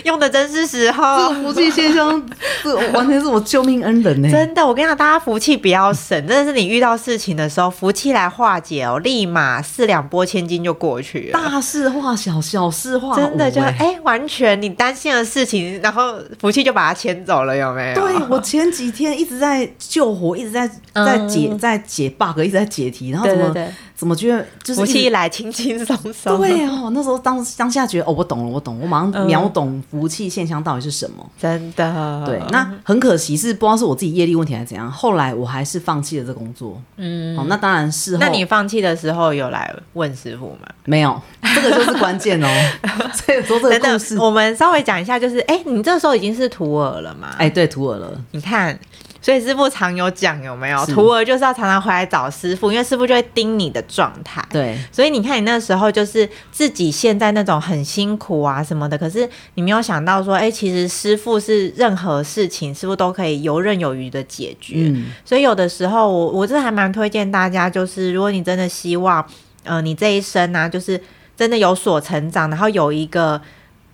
Speaker 2: 用的真是时
Speaker 3: 这
Speaker 2: 候。
Speaker 3: 福气线香，这完全是我救命恩人呢、
Speaker 2: 真的，我跟你讲，大家福气不要
Speaker 3: 嗯
Speaker 2: 省，真的是你遇到事情的时候，福气来化解哦，立马四两拨千斤就过去了。
Speaker 3: 大事化小，小事化无、
Speaker 2: 真的就
Speaker 3: 哎
Speaker 2: 哎、完全你担心的事情，然后福气就把它牵走了，有没有？
Speaker 3: 对我前几天一直在救火，一直在在解、
Speaker 2: 嗯
Speaker 3: 在解 bug，一直在解题，然后怎么
Speaker 2: 对对对
Speaker 3: 怎么觉得就是
Speaker 2: 福
Speaker 3: 一直
Speaker 2: 气一来轻轻松松，
Speaker 3: 对哦，那时候当当下觉得哦，我懂了，我懂，我马
Speaker 2: 嗯
Speaker 3: 上秒懂服气现象到底是什么。
Speaker 2: 真的嗯
Speaker 3: 对，那很可惜是不知道是我自己业力问题还是怎样，后来我还是放弃了这工作。嗯，哦，那当然事后
Speaker 2: 那你放弃的时候有来问师傅吗？
Speaker 3: 没有，这个就是关键 哦。所以说这个
Speaker 2: 等
Speaker 3: 故
Speaker 2: 等
Speaker 3: 事，，
Speaker 2: 我们稍微讲一下，就是哎、你这时候已经是徒儿了嘛？
Speaker 3: 哎，对，徒儿了，
Speaker 2: 你看，所以师傅常有讲有没有？
Speaker 3: 是
Speaker 2: 徒儿就是要常常回来找师傅，因为师傅就会盯你的状态。
Speaker 3: 对，
Speaker 2: 所以你看，你那时候就是自己现在那种很辛苦啊什么的，可是你没有想到说，哎、其实师傅是任何事情师傅都可以游刃有余的解决。
Speaker 3: 嗯，
Speaker 2: 所以有的时候我我真的还蛮推荐大家，就是如果你真的希望，呃，你这一生呢、就是真的有所成长，然后有一个。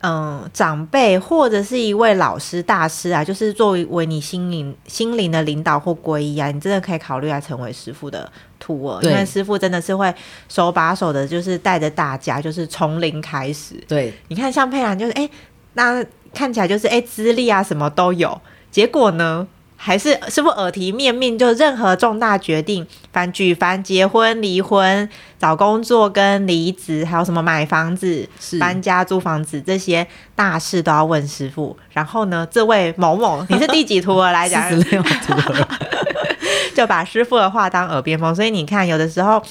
Speaker 2: 嗯，长辈或者是一位老师、大师啊，就是作为你心灵心灵的领导或皈依啊，你真的可以考虑来成为师傅的徒儿，因
Speaker 3: 对
Speaker 2: 为师傅真的是会手把手的，就是带着大家，就是从零开始。
Speaker 3: 对，
Speaker 2: 你看，像佩兰就是哎、诶那看起来就是哎，诶资、历啊什么都有，结果呢，还是师傅耳提面命，就任何重大决定，反举凡结婚、离婚、找工作跟离职，还有什么买房子、
Speaker 3: 是
Speaker 2: 搬家、租房子这些大事都要问师傅。然后呢，这位某某，你是第几徒儿来
Speaker 3: 四
Speaker 2: 讲？
Speaker 3: 十六 徒儿，
Speaker 2: 就把师傅的话当耳边风。所以你看，有的时候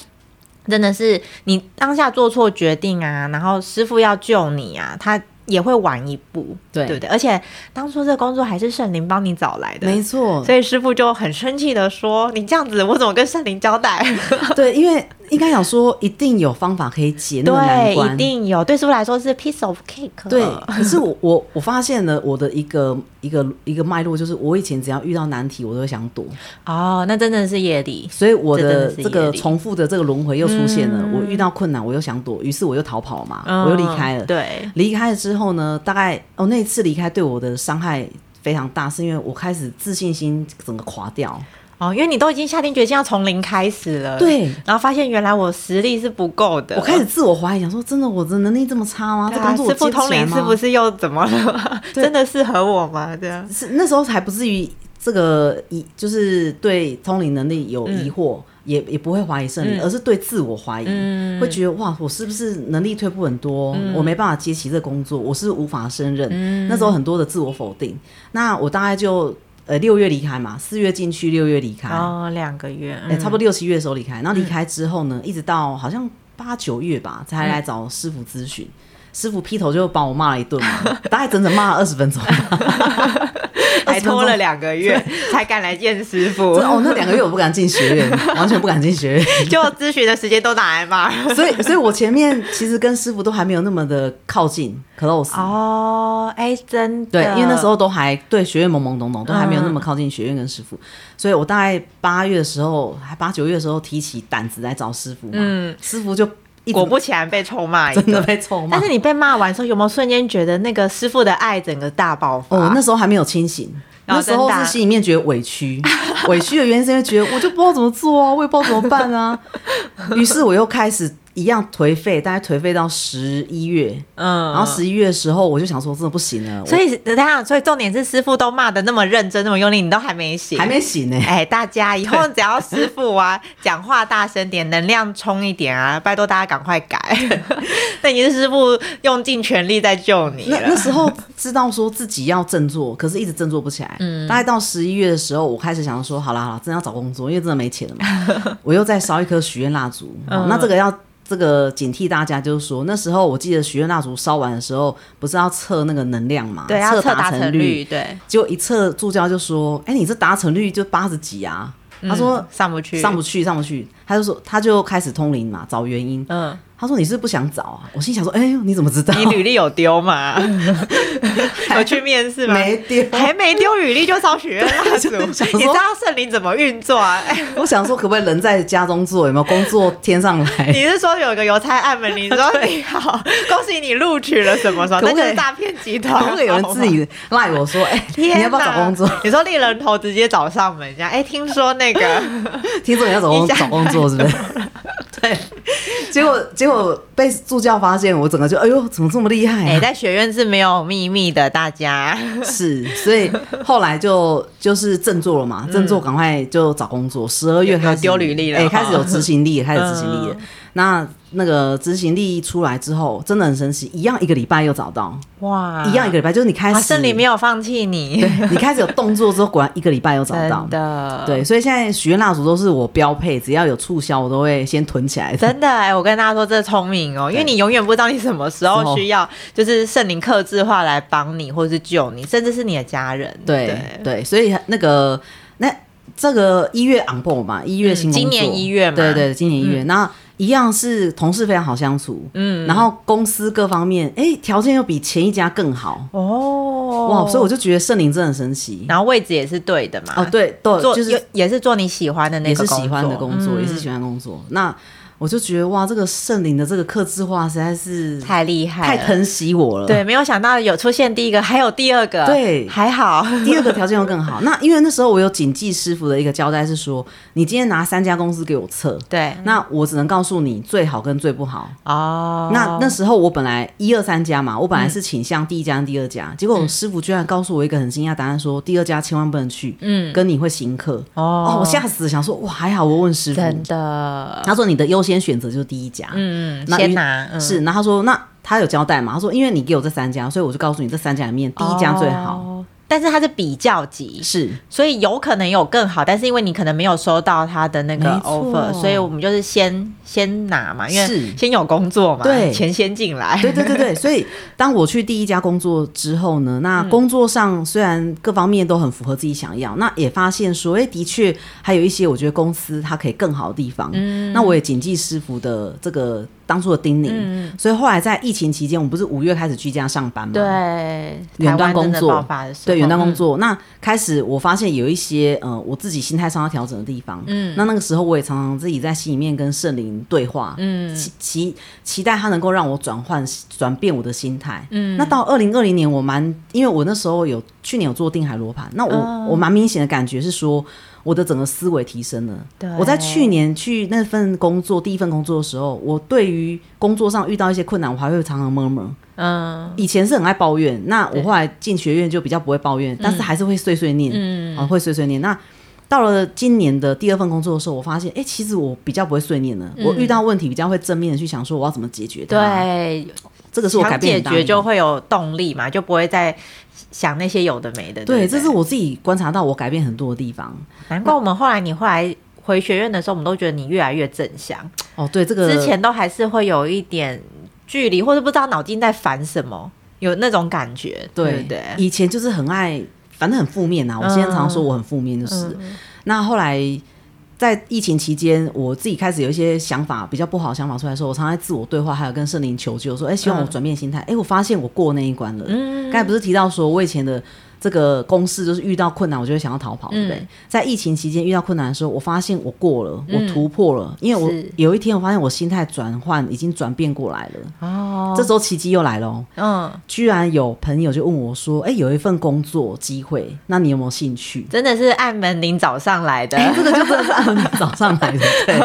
Speaker 2: 真的是你当下做错决定啊，然后师傅要救你啊，他也会晚一步，
Speaker 3: 对
Speaker 2: 对不对？而且当初这工作还是圣灵帮你找来的，
Speaker 3: 没错，
Speaker 2: 所以师傅就很生气的说：“你这样子，我怎么跟圣灵交 代？”
Speaker 3: 对，因为应该想说一定有方法可以解那个难
Speaker 2: 对，
Speaker 3: 关，
Speaker 2: 一定有。对师傅来说是 piece of cake。哦
Speaker 3: 对，可是我我我发现了我的一个一个一个脉络，就是我以前只要遇到难题，我都会想躲，
Speaker 2: 哦，那真的是业力。
Speaker 3: 所以我
Speaker 2: 这真的
Speaker 3: 的
Speaker 2: 是
Speaker 3: 这个
Speaker 2: 业力
Speaker 3: 重复的这个轮回又出现了。我遇到困难，我又想躲，于是我又逃跑嘛，
Speaker 2: 嗯
Speaker 3: 我又离开了。
Speaker 2: 对，
Speaker 3: 离开了之后呢，大概哦那一次离开对我的伤害非常大，是因为我开始自信心整个垮掉。
Speaker 2: 哦，因为你都已经下定决心要从零开始了，
Speaker 3: 对，
Speaker 2: 然后发现原来我实力是不够的，
Speaker 3: 我开始自我怀疑，想说真的我的能力这么差吗？
Speaker 2: 呃对
Speaker 3: 这
Speaker 2: 啊
Speaker 3: 工作我
Speaker 2: 师傅
Speaker 3: 接不
Speaker 2: 通
Speaker 3: 起来
Speaker 2: 灵
Speaker 3: 吗？
Speaker 2: 是不是又怎么了？
Speaker 3: 对
Speaker 2: 真的适合我吗？这样
Speaker 3: 是那时候还不至于这个疑，就是对通灵能力有疑惑，也也不会怀疑圣灵，而是对自我怀疑，会觉得哇，我是不是能力退步很多？我没办法接起这工作，我是无法胜任。那时候很多的自我否定，那我大概就呃六月离开嘛，四月进去，六月离开，
Speaker 2: 哦，两个 月，
Speaker 3: 哎、
Speaker 2: 嗯
Speaker 3: 差不多六七月的时候离开，然后离开之后呢，一直到好像八九月吧，才来找师傅咨询。师傅劈头就把我骂了一 顿嘛，大概整整骂了二十分钟吧，
Speaker 2: 还拖了
Speaker 3: 两。
Speaker 2: 两个月 才敢来见师 傅，
Speaker 3: 哦，那两个月我不敢进学院， 完全不敢进学院。
Speaker 2: 就咨询的时间都拿来骂。
Speaker 3: 所以，所以我前面其实跟师傅都还没有那么的靠近 close。
Speaker 2: 哦，哎，真的，哎嗯
Speaker 3: 对，因为那时候都还对学院懵懵懂懂，都还没有那么靠近学院跟师傅，所以我大概八月的时候，还八九月的时候提起胆子来找师傅嘛，
Speaker 2: 嗯
Speaker 3: 师傅就一直
Speaker 2: 果不其然被臭骂一
Speaker 3: 真的
Speaker 2: 顿。
Speaker 3: 被臭骂
Speaker 2: 但是。 你被骂完之后，有没有瞬间觉得那个师傅的爱整个大爆发？
Speaker 3: 哦啊哦，那时候还没有清醒，
Speaker 2: 哦
Speaker 3: 那时候
Speaker 2: 真的啊
Speaker 3: 是心里面觉得委屈， 委屈的原因是因为觉得我就不知道怎么做啊，我也不知道怎么办 啊。于是我又开始一样颓废，大概颓废到十一月，
Speaker 2: 嗯，
Speaker 3: 然后十一月的时候我就想说真的不行了，
Speaker 2: 所以等一下，所以重点是师傅都骂的那么认真，那么用力，你都还没
Speaker 3: 我
Speaker 2: 醒，
Speaker 3: 还。没 醒呢、
Speaker 2: 哎，大家以后只要师傅啊讲话大声点，能量冲一点啊，拜托大家赶快改。 那已经是师傅用尽全力在救你
Speaker 3: 那那
Speaker 2: 了。
Speaker 3: 时候知道说自己要振作，可是一直振作不起来。
Speaker 2: 嗯
Speaker 3: 大概到十一月的时候，我开始想说，好啦好啦，真的要找工作，因为真的没钱了 嘛。我又再烧一颗许愿蜡烛、
Speaker 2: 嗯
Speaker 3: 哦那这个要这个警惕大家，就是说那时候我记得许愿蜡烛烧完的时候，不是要测那个能量嘛？
Speaker 2: 对，要测
Speaker 3: 达
Speaker 2: 达
Speaker 3: 成
Speaker 2: 成率，。对，
Speaker 3: 结果一测，助教就说：“哎、你这达成率就八十几啊。他说
Speaker 2: 嗯上不：“去，
Speaker 3: 上不
Speaker 2: 去。
Speaker 3: 去，上不去。”他就说，他就开始通灵嘛，找原因。
Speaker 2: 嗯，
Speaker 3: 他说：“你是不想找啊？”我心想说：“哎、呦，你怎么知道？
Speaker 2: 你履历有丢 吗？有去面试吗？
Speaker 3: 没丢
Speaker 2: 还没丢履历就烧许愿 蜡烛。
Speaker 3: 对
Speaker 2: 你
Speaker 3: 就想
Speaker 2: 知
Speaker 3: 说
Speaker 2: 道圣灵怎么运作啊？ 哎
Speaker 3: 我想说，可不可以人在家中坐？有没有工作天上来？
Speaker 2: 你是说有一个邮差按门铃 说你好，恭喜你录取了什么什么？
Speaker 3: 可
Speaker 2: 那
Speaker 3: 不
Speaker 2: 就
Speaker 3: 可以
Speaker 2: 是诈骗集团，
Speaker 3: 可不可以有人自己赖我说，哎、
Speaker 2: 天哪？
Speaker 3: 你要不要找工作？
Speaker 2: 你说猎人头直接找上门，这样？哎、听说那个
Speaker 3: 听说你要找工
Speaker 2: 一下
Speaker 3: 找工作是不是？ 对，结果结果被助教发现，我整个就哎呦，怎么这么厉害、
Speaker 2: 哎、
Speaker 3: 啊？
Speaker 2: 在学院是没有秘密的，大 家。
Speaker 3: 是，所以后来就就是振作了嘛，振作赶快就找工作。十二月开
Speaker 2: 嗯有
Speaker 3: 始
Speaker 2: 丢履历了哈
Speaker 3: 哎、
Speaker 2: 嗯
Speaker 3: 开始有执行力，开始执行力了。那那个执行力出来之后，真的很神奇，一样一个礼拜又找到，
Speaker 2: 哇
Speaker 3: 一样一个礼拜，就是你开
Speaker 2: 啊，
Speaker 3: 始
Speaker 2: 圣灵没有放弃你，
Speaker 3: 你开始有动作之后，果然一个礼拜又找 到
Speaker 2: 真。的，
Speaker 3: 对，所以现在许愿蜡烛都是我标配，只要有促销，我都会先囤起来。
Speaker 2: 真的哎、我跟大家说，这聪明哦，因为你永远不知道你什么时
Speaker 3: 时
Speaker 2: 候
Speaker 3: 候
Speaker 2: 需要，就是圣灵克制化来帮你，或是救你，甚至是你的家人。
Speaker 3: 对对，所以那个那这个一月 on board 嘛，一月新工
Speaker 2: 嗯今
Speaker 3: 作、
Speaker 2: 年一月嘛嗯
Speaker 3: 对对，今年一月，那一样是同事非常好相处，嗯，然后公司各方面，哎，条件又比前一家更好，
Speaker 2: 哦，
Speaker 3: 哇，所以我就觉得圣灵真的很神奇。
Speaker 2: 然后位置也是对的嘛。
Speaker 3: 哦，，对对，
Speaker 2: 做
Speaker 3: 就是
Speaker 2: 也也是做你喜欢的那
Speaker 3: 也
Speaker 2: 个
Speaker 3: 是喜欢的工作，也是
Speaker 2: 嗯
Speaker 3: 喜欢的工作。那我就觉得哇，这个圣灵的这个刻字化实在是
Speaker 2: 太厉害
Speaker 3: 太
Speaker 2: 了，
Speaker 3: 疼惜我了。
Speaker 2: 对，，没有想到有出现第一个，还有第二个，
Speaker 3: 对
Speaker 2: 还好，
Speaker 3: 第二个条件又更好。那因为那时候我有谨记师傅的一个交代是说，你今天拿三家公司给我测，
Speaker 2: 对，
Speaker 3: 那我只能告诉你最好跟最不好。
Speaker 2: 哦，
Speaker 3: 那那时候我本来一二三家嘛，我本来是倾向第一家跟第二家，
Speaker 2: 嗯
Speaker 3: 结果师傅居然告诉我一个很惊讶的答案说，第二家千万不能去，
Speaker 2: 嗯，
Speaker 3: 跟你会行客。
Speaker 2: 哦
Speaker 3: 哦，我吓死，想说哇，还好我问师傅。
Speaker 2: 真的，
Speaker 3: 他说你的优先选择就是第一家，
Speaker 2: 嗯，
Speaker 3: 那
Speaker 2: 先
Speaker 3: 因
Speaker 2: 拿、嗯、
Speaker 3: 是，然后他说那他有交代嘛？他说因为你给我这三家，所以我就告诉你这三家里面第一家最好。
Speaker 2: 哦但是它是比较级，
Speaker 3: 是，
Speaker 2: 所以有可能有更好，但是因为你可能没有收到他的那个
Speaker 3: 没错
Speaker 2: offer，所以我们就是先先拿嘛，因为
Speaker 3: 是
Speaker 2: 先有工作嘛，
Speaker 3: 对
Speaker 2: 钱先进来，
Speaker 3: 对对对对，所以当我去第一家工作之后呢，
Speaker 2: 嗯
Speaker 3: 那工作上虽然各方面都很符合自己想要，那也发现说，哎、的确还有一些我觉得公司它可以更好的地方。嗯，那我也谨记师傅的这个当初的叮咛，所以后来在疫情期间，我们不是五月开始居家上班
Speaker 2: 嗯
Speaker 3: 吗？
Speaker 2: 对，台湾
Speaker 3: 远端工
Speaker 2: 真的
Speaker 3: 作
Speaker 2: 爆发的时候，
Speaker 3: 对，远端工
Speaker 2: 嗯
Speaker 3: 作。那开始我发现有一些呃，我自己心态上要调整的地方。嗯，那那个时候我也常常自己在心里面跟圣灵对话，嗯，期期期待他能够让我转换转变我的心态。嗯，那到二零二零年，我蛮因为我那时候有去年有做定海罗盘，那我、
Speaker 2: 哦
Speaker 3: 我蛮明显的感觉是说。我的整个思维提升了。
Speaker 2: 对
Speaker 3: 我在去年去那份工作第一份工作的时候，我对于工作上遇到一些困难，我还会常常 murmur。
Speaker 2: 嗯，
Speaker 3: 以前是很爱抱怨，那我后来进学院就比较不会抱
Speaker 2: 嗯
Speaker 3: 怨，但是还是会碎碎念，嗯，啊、会碎碎念。那到了今年的第二份工作的时候，我发现，哎、其实我比较不会碎念了，我遇到问题比较会正面的去想，说我要怎么解决它。，
Speaker 2: 嗯对，
Speaker 3: 这个是我改
Speaker 2: 想
Speaker 3: 变
Speaker 2: 解
Speaker 3: 很大的
Speaker 2: 决
Speaker 3: 地
Speaker 2: 就
Speaker 3: 方。
Speaker 2: 会有动力嘛，就不会再想那些有的没的。
Speaker 3: 对，
Speaker 2: 不
Speaker 3: 这是我自己观察到我改变很多的地方。
Speaker 2: 难怪我们后来你后来回学院的时候，我们都觉得你越来越正向，
Speaker 3: 哦，对，这个
Speaker 2: 之前都还是会有一点距离，或者不知道脑筋在烦什么，有那种感觉，对
Speaker 3: 对
Speaker 2: 不对？
Speaker 3: 以前就是很爱，反正很负面呐、啊。我现在常常
Speaker 2: 嗯
Speaker 3: 说我很负面，就是、那后来。在疫情期间，我自己开始有一些想法比较不好的想法出来的时候，我常常在自我对话，还有跟圣
Speaker 2: 嗯
Speaker 3: 灵求救，说：“哎、希望我转变心态。哎、我发现我过那一关了。刚才不是提到说我以前的这个公式，就是遇到困难我就会想要逃跑，
Speaker 2: 嗯
Speaker 3: 对不对？在疫情期间遇到困难的时候，我发现我过了，我突破了，因为我
Speaker 2: 嗯是
Speaker 3: 有一天我发现我心态转换已经转变过来了。
Speaker 2: 哦，
Speaker 3: 这时候奇迹又来了、哦，
Speaker 2: 嗯，
Speaker 3: 居然有朋友就问我说：“哎、有一份工作机会，那你有没有兴趣？”
Speaker 2: 真的是按门铃早上来的，
Speaker 3: 哎这个就真的是按早上来的。 对，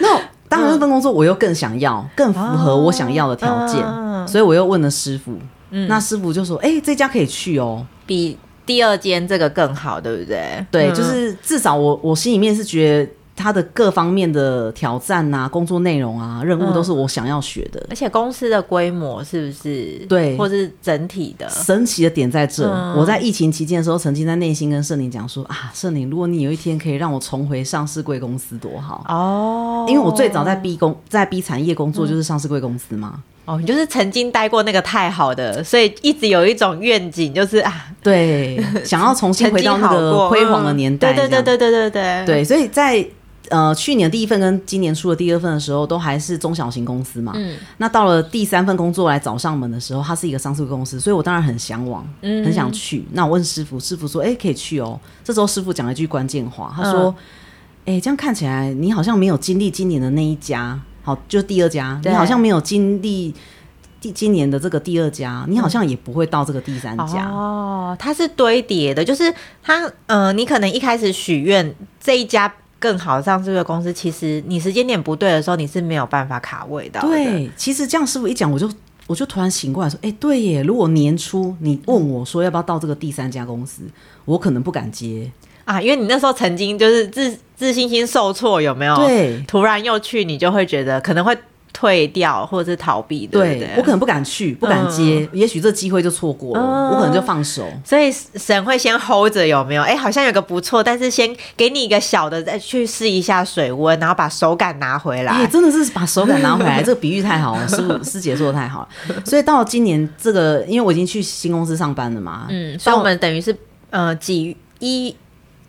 Speaker 3: 那当然那份工作我又更想要，更符合我想要的条件，
Speaker 2: 嗯
Speaker 3: 所以我又问了师傅。那师傅就说：“哎、这家可以去哦。
Speaker 2: 比第二间这个更好，对不对？”
Speaker 3: 对，
Speaker 2: 嗯
Speaker 3: 就是至少我我心里面是觉得他的各方面的挑战啊、工作内容啊、任务
Speaker 2: 嗯
Speaker 3: 都是我想要学的。
Speaker 2: 而且公司的规模是不是
Speaker 3: 对
Speaker 2: 或是整体的？
Speaker 3: 神奇的点在这，
Speaker 2: 嗯
Speaker 3: 我在疫情期间的时候，曾经在内心跟圣灵讲说啊，圣灵，如果你有一天可以让我重回上市贵公司多好，
Speaker 2: 哦，
Speaker 3: 因为我最早在 B 工在 B 产业工作
Speaker 2: 嗯
Speaker 3: 就是上市贵公司嘛，
Speaker 2: 哦，你就是曾经待过那个太好的，所以一直有一种愿景，就是啊，
Speaker 3: 对，想要重新
Speaker 2: 曾
Speaker 3: 回
Speaker 2: 经
Speaker 3: 到那
Speaker 2: 好
Speaker 3: 个
Speaker 2: 过
Speaker 3: 辉煌的年代
Speaker 2: 嗯对
Speaker 3: 这
Speaker 2: 对
Speaker 3: 样，
Speaker 2: 对对对对对
Speaker 3: 对所以在呃去年第一份跟今年出的第二份的时候，都还是中小型公司嘛，
Speaker 2: 嗯
Speaker 3: 那到了第三份工作来找上门的时候，它是一个上市公司，所以我当然很向往，
Speaker 2: 嗯
Speaker 3: 很想去。那我问师傅，师傅说：“哎、可以去哦。”这时候师傅讲了一句关键话，他说：“
Speaker 2: 嗯
Speaker 3: 哎、这样看起来你好像没有经历今年的那一家，好，就第二家，你
Speaker 2: 对
Speaker 3: 好像没有经历第今年的这个第二家，你好像也不会到这个第三家。
Speaker 2: 哦，它是堆叠的，就是它，呃，你可能一开始许愿这一家更好上市的公司，其实你时间点不对的时候，你是没有办法卡位到的。，
Speaker 3: 对，其实这样师傅一讲，我就我就突然醒过来，说：“哎、对耶！如果年初你问我说要不要到这个第三家公司，我可能不敢接。
Speaker 2: 啊，因为你那时候曾经就是自自信心受挫，有没有？，
Speaker 3: 对，
Speaker 2: 突然又去，你就会觉得可能会退掉或者是逃避，对不
Speaker 3: 对
Speaker 2: 对？
Speaker 3: 我可能不敢去，不敢接，也许这机会就错过了，
Speaker 2: 嗯
Speaker 3: 我可能就放手。
Speaker 2: 所以神会先 hold 着有没有？哎、好像有个不错，但是先给你一个小的，再去试一下水温，然后把手感拿回来。
Speaker 3: 哎、真的是把手感拿回来，这个比喻 太好了，师傅师姐做的太好了。所以到了今年这个，因为我已经去新公司上班了嘛，
Speaker 2: 嗯，所以
Speaker 3: 到
Speaker 2: 我们等于是呃几一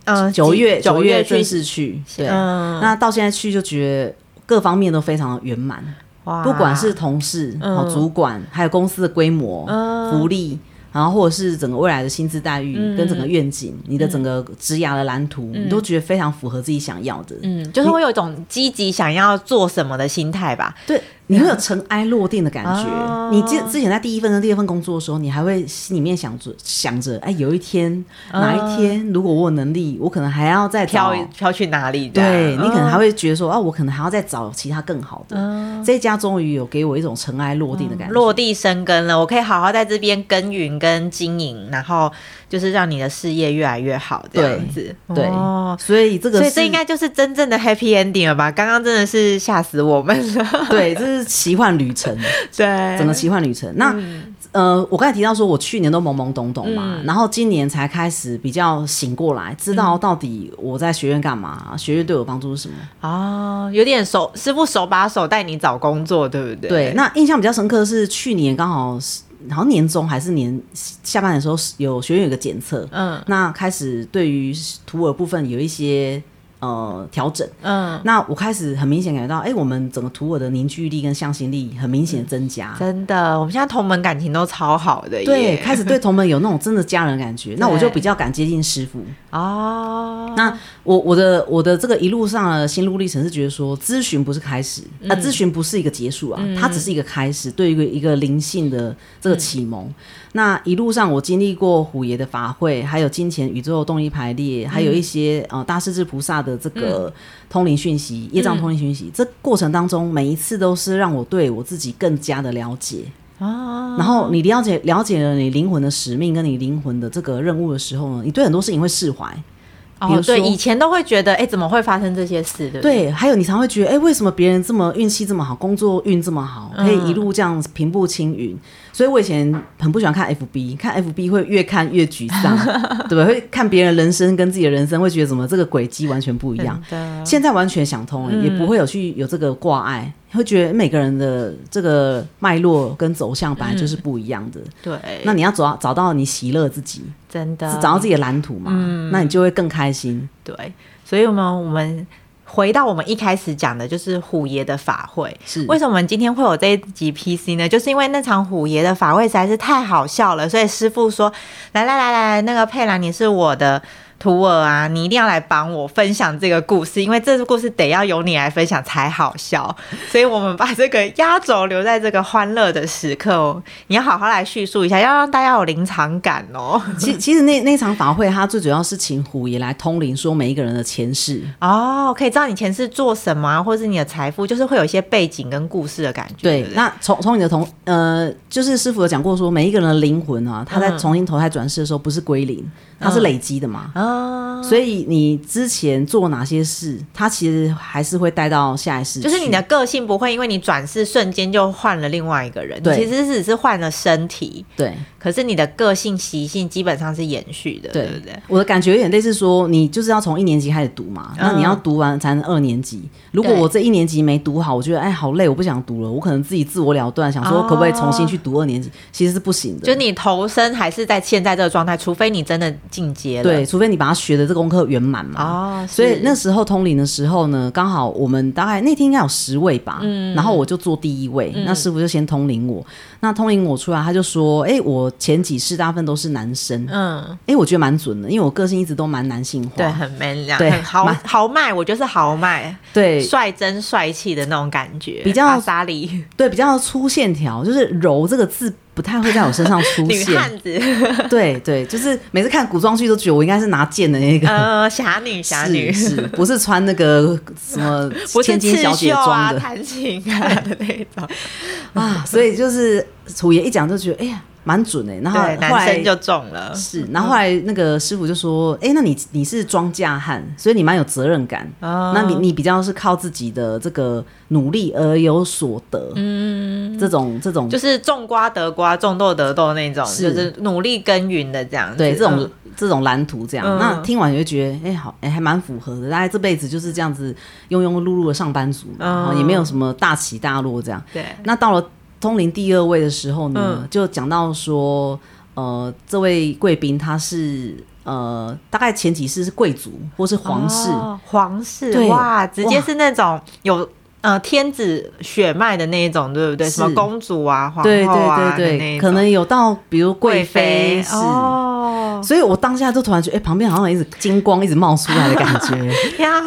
Speaker 2: 呃
Speaker 3: 九
Speaker 2: 几
Speaker 3: 月
Speaker 2: 九
Speaker 3: 九月
Speaker 2: 去
Speaker 3: 正式去，对，
Speaker 2: 嗯
Speaker 3: 那到现在去就觉得各方面都非常的圆满，
Speaker 2: 哇
Speaker 3: 不管是同事、好主管，还有公司的规模、
Speaker 2: 嗯
Speaker 3: 福利，然后或者是整个未来的薪资待遇、跟整个愿景，
Speaker 2: 嗯
Speaker 3: 你的整个职涯的蓝图，你都觉得非常符合自己想要的。
Speaker 2: 嗯，就是会有一种积极想要做什么的心态吧。
Speaker 3: 对，你会有尘埃落定的感觉。
Speaker 2: 哦
Speaker 3: 你之之前在第一份跟第二份工作的时候，你还会心里面想着想着，哎，有一天哪
Speaker 2: 啊
Speaker 3: 一天，如果我有能力，我可能还要再找
Speaker 2: 飘飘去哪里这样？
Speaker 3: 哦对你可能还
Speaker 2: 会
Speaker 3: 会觉得说，啊，我可能还要再找其他更好的。
Speaker 2: 嗯
Speaker 3: 这一家终于有给我一种尘埃落定的感觉。
Speaker 2: 落地生根了，我可以好好在这边耕耘跟经营，然后就是让你的事业越来越好这样子。
Speaker 3: 对，
Speaker 2: 哦
Speaker 3: 所以这个
Speaker 2: 所以
Speaker 3: 是
Speaker 2: 这应该就是真正的 happy ending 了吧？刚刚真的是吓死我们了。
Speaker 3: 对，这是奇幻旅程，
Speaker 2: 对，
Speaker 3: 整个奇幻旅程。那、
Speaker 2: 嗯
Speaker 3: 呃，我刚才提到说，我去年都懵懵懂懂嘛，然后今年才开始比较醒过来，知道
Speaker 2: 嗯
Speaker 3: 到底我在学院干嘛，学院对我帮助是什么。
Speaker 2: 哦，有点手师傅手把手带你找工作，对不对？
Speaker 3: 对，那印象比较深刻的是去年刚好是好像年中还是年下半年的时候，有学院有个检测，
Speaker 2: 嗯
Speaker 3: 那开始对于图耳部分有一些呃调整。
Speaker 2: 嗯，
Speaker 3: 那我开始很明显感觉到，哎、我们整个图耳的凝聚力跟向心力很明显地增加。
Speaker 2: 真的，我们现在同门感情都超好的耶。
Speaker 3: 对，开始对同门有那种真的家人的 感觉，那我就
Speaker 2: 对
Speaker 3: 比较敢接近师傅。
Speaker 2: 哦，
Speaker 3: 那我我的我的这个一路上的心路历程是觉得说，咨询不是开始，啊、
Speaker 2: 嗯
Speaker 3: 咨询不是一个结束啊，它只是一个开始，对于一个一个灵性的这个
Speaker 2: 嗯
Speaker 3: 启蒙。那一路上我经历过虎爷的法会，还有金钱宇宙动力排列，还
Speaker 2: 嗯
Speaker 3: 有一些、呃大势至菩萨的这个通灵讯息、
Speaker 2: 嗯
Speaker 3: 业障通灵讯息，这过程当中每一次都是让我对我自己更加的了解。
Speaker 2: 哦，
Speaker 3: 然后你了解了解了你灵魂的使命跟你灵魂的这个任务的时候呢，你对很多事情会释怀。比
Speaker 2: 哦
Speaker 3: 如，说
Speaker 2: 对，以前都会觉得，哎，怎么会发生这些事？对不对？
Speaker 3: 对，还有你常会觉得，哎、为什么别人这么运气这么好，工作运这么好，
Speaker 2: 嗯
Speaker 3: 可以一路这样平步青云？所以我以前很不喜欢看 FB，看 FB 会越看越沮 丧，对吧？会看别人人生跟自己的人生，会觉得怎么这个轨迹完全不一
Speaker 2: 嗯
Speaker 3: 样。
Speaker 2: 真的
Speaker 3: 现在完全想通了，也不会有去有这个挂碍，会觉得每个人的这个脉络跟走向本来就是不一样的。
Speaker 2: 对，
Speaker 3: 那你要找找到你喜乐自己，
Speaker 2: 真的
Speaker 3: 啊嗯是找到自己的蓝图嘛，那你就会更开心。
Speaker 2: 对，所以我们我们。回到我们一开始讲的，就是虎爷的法会。
Speaker 3: 是
Speaker 2: 为什么我们今天会有这一集 PC 呢？就是因为那场虎爷的法会实在是太好笑了，所以师傅说：“来来来来，那个佩兰，你是我的徒儿啊，你一定要来帮我分享这个故事，因为这个故事得要由你来分享才好笑。”所以我们把这个压轴留在这个欢乐的时刻、哦，你要好好来叙述一下，要让大家有临场感哦。
Speaker 3: 其其实那那场法会，它最主要是请虎爷来通灵，说每一个人的前世。
Speaker 2: 哦，可以知道你前世做什么、啊，或是你的财富，就是会有一些背景跟故事的感觉。
Speaker 3: 对
Speaker 2: 不，
Speaker 3: 那从从你的同呃，就是师傅有讲过说，每一个人的灵魂啊，他在
Speaker 2: 嗯
Speaker 3: 重新投胎转世的时候，不是归零，它是累积的嘛。
Speaker 2: 哦，
Speaker 3: 所以你之前做哪些事，它其实还是会带到下一世去。
Speaker 2: 就是你的个性不会因为你转世瞬间就换了另外一个人，你
Speaker 3: 对
Speaker 2: 其实只是换了身体，
Speaker 3: 对
Speaker 2: 可是你的个性习性基本上是延续的，对
Speaker 3: 对
Speaker 2: 不对？嗯
Speaker 3: 我的感觉有点类似说，你就是要从一年级开始读嘛，那你要读完才能二年级。如果
Speaker 2: 对
Speaker 3: 我这一年级没读好，我觉得哎好累，我不想读了，我可能自己自我了断，想
Speaker 2: 哦
Speaker 3: 说可不可以重新去读二年级，其实是不行的。
Speaker 2: 就你投身还是在现在这个状态，除非你真的进阶了。
Speaker 3: 对，除非你把它学的这个功课圆满嘛。
Speaker 2: 哦，
Speaker 3: 所以
Speaker 2: 是
Speaker 3: 那时候通灵的时候呢，刚好我们大概那天应该有十位吧，
Speaker 2: 嗯
Speaker 3: 然后我就坐第一位，那师傅就先通灵我，那通灵我出来，他就说，哎、我前几世大部分都是男生，哎、
Speaker 2: 嗯，
Speaker 3: 我觉得蛮准的，因为我个性一直都蛮男性化，
Speaker 2: 对，很 man 这样，
Speaker 3: 对
Speaker 2: 很豪
Speaker 3: 蛮
Speaker 2: 豪迈，我就是豪迈，
Speaker 3: 对
Speaker 2: 率真帅气的那种感觉，
Speaker 3: 比较
Speaker 2: 阿莎莉
Speaker 3: 对，比较粗线条，就是柔这个字不太会在我身上 出
Speaker 2: 女
Speaker 3: 现，
Speaker 2: 汉子，
Speaker 3: 对对，就是每次看古装剧都觉得我应该是拿剑的那个。
Speaker 2: 呃，侠女侠女，
Speaker 3: 是是，不是穿那个什么
Speaker 2: 不是
Speaker 3: 千金
Speaker 2: 刺
Speaker 3: 小姐
Speaker 2: 绣
Speaker 3: 装
Speaker 2: 啊、
Speaker 3: 的，
Speaker 2: 弹琴啊的那 种，
Speaker 3: 啊，所以就是楚爷一讲就觉得，哎呀，蛮准哎、然后
Speaker 2: 对，
Speaker 3: 后
Speaker 2: 男
Speaker 3: 来
Speaker 2: 生就嗯中了，
Speaker 3: 是，然后后来那个师傅就说，哎、那你你是庄稼汉，所以你蛮有责任感。
Speaker 2: 哦
Speaker 3: 那你你比较是靠自己的这个努力而有所得，嗯，这种这种
Speaker 2: 就是种瓜得瓜，种豆得豆那种，
Speaker 3: 是
Speaker 2: 就是努力耕耘的这样子。
Speaker 3: 对这种
Speaker 2: 嗯
Speaker 3: 这种蓝图这样。
Speaker 2: 嗯
Speaker 3: 那听完你就觉得，哎、好，哎、还蛮符合的。大概这辈子就是这样子庸庸碌碌的上班族
Speaker 2: 哦
Speaker 3: 嘛，然后也没有什么大起大落这样。
Speaker 2: 对，
Speaker 3: 那到了通灵第二位的时候呢，
Speaker 2: 嗯
Speaker 3: 就讲到说，呃，这位贵宾他是呃，大概前几世是贵族或是皇室，
Speaker 2: 哦皇室
Speaker 3: 对
Speaker 2: 哇，直接
Speaker 3: 哇
Speaker 2: 是那种有呃天子血脉的那一种，对不对？
Speaker 3: 是
Speaker 2: 什么公主啊、皇
Speaker 3: 对
Speaker 2: 后啊
Speaker 3: 对对
Speaker 2: 的那
Speaker 3: 对，
Speaker 2: 一种
Speaker 3: 可能有到比如
Speaker 2: 贵
Speaker 3: 贵妃是。
Speaker 2: 哦。
Speaker 3: 所以我当下就突然觉得，哎、旁边好像一直金光一直冒出来的感 觉，
Speaker 2: 天啊，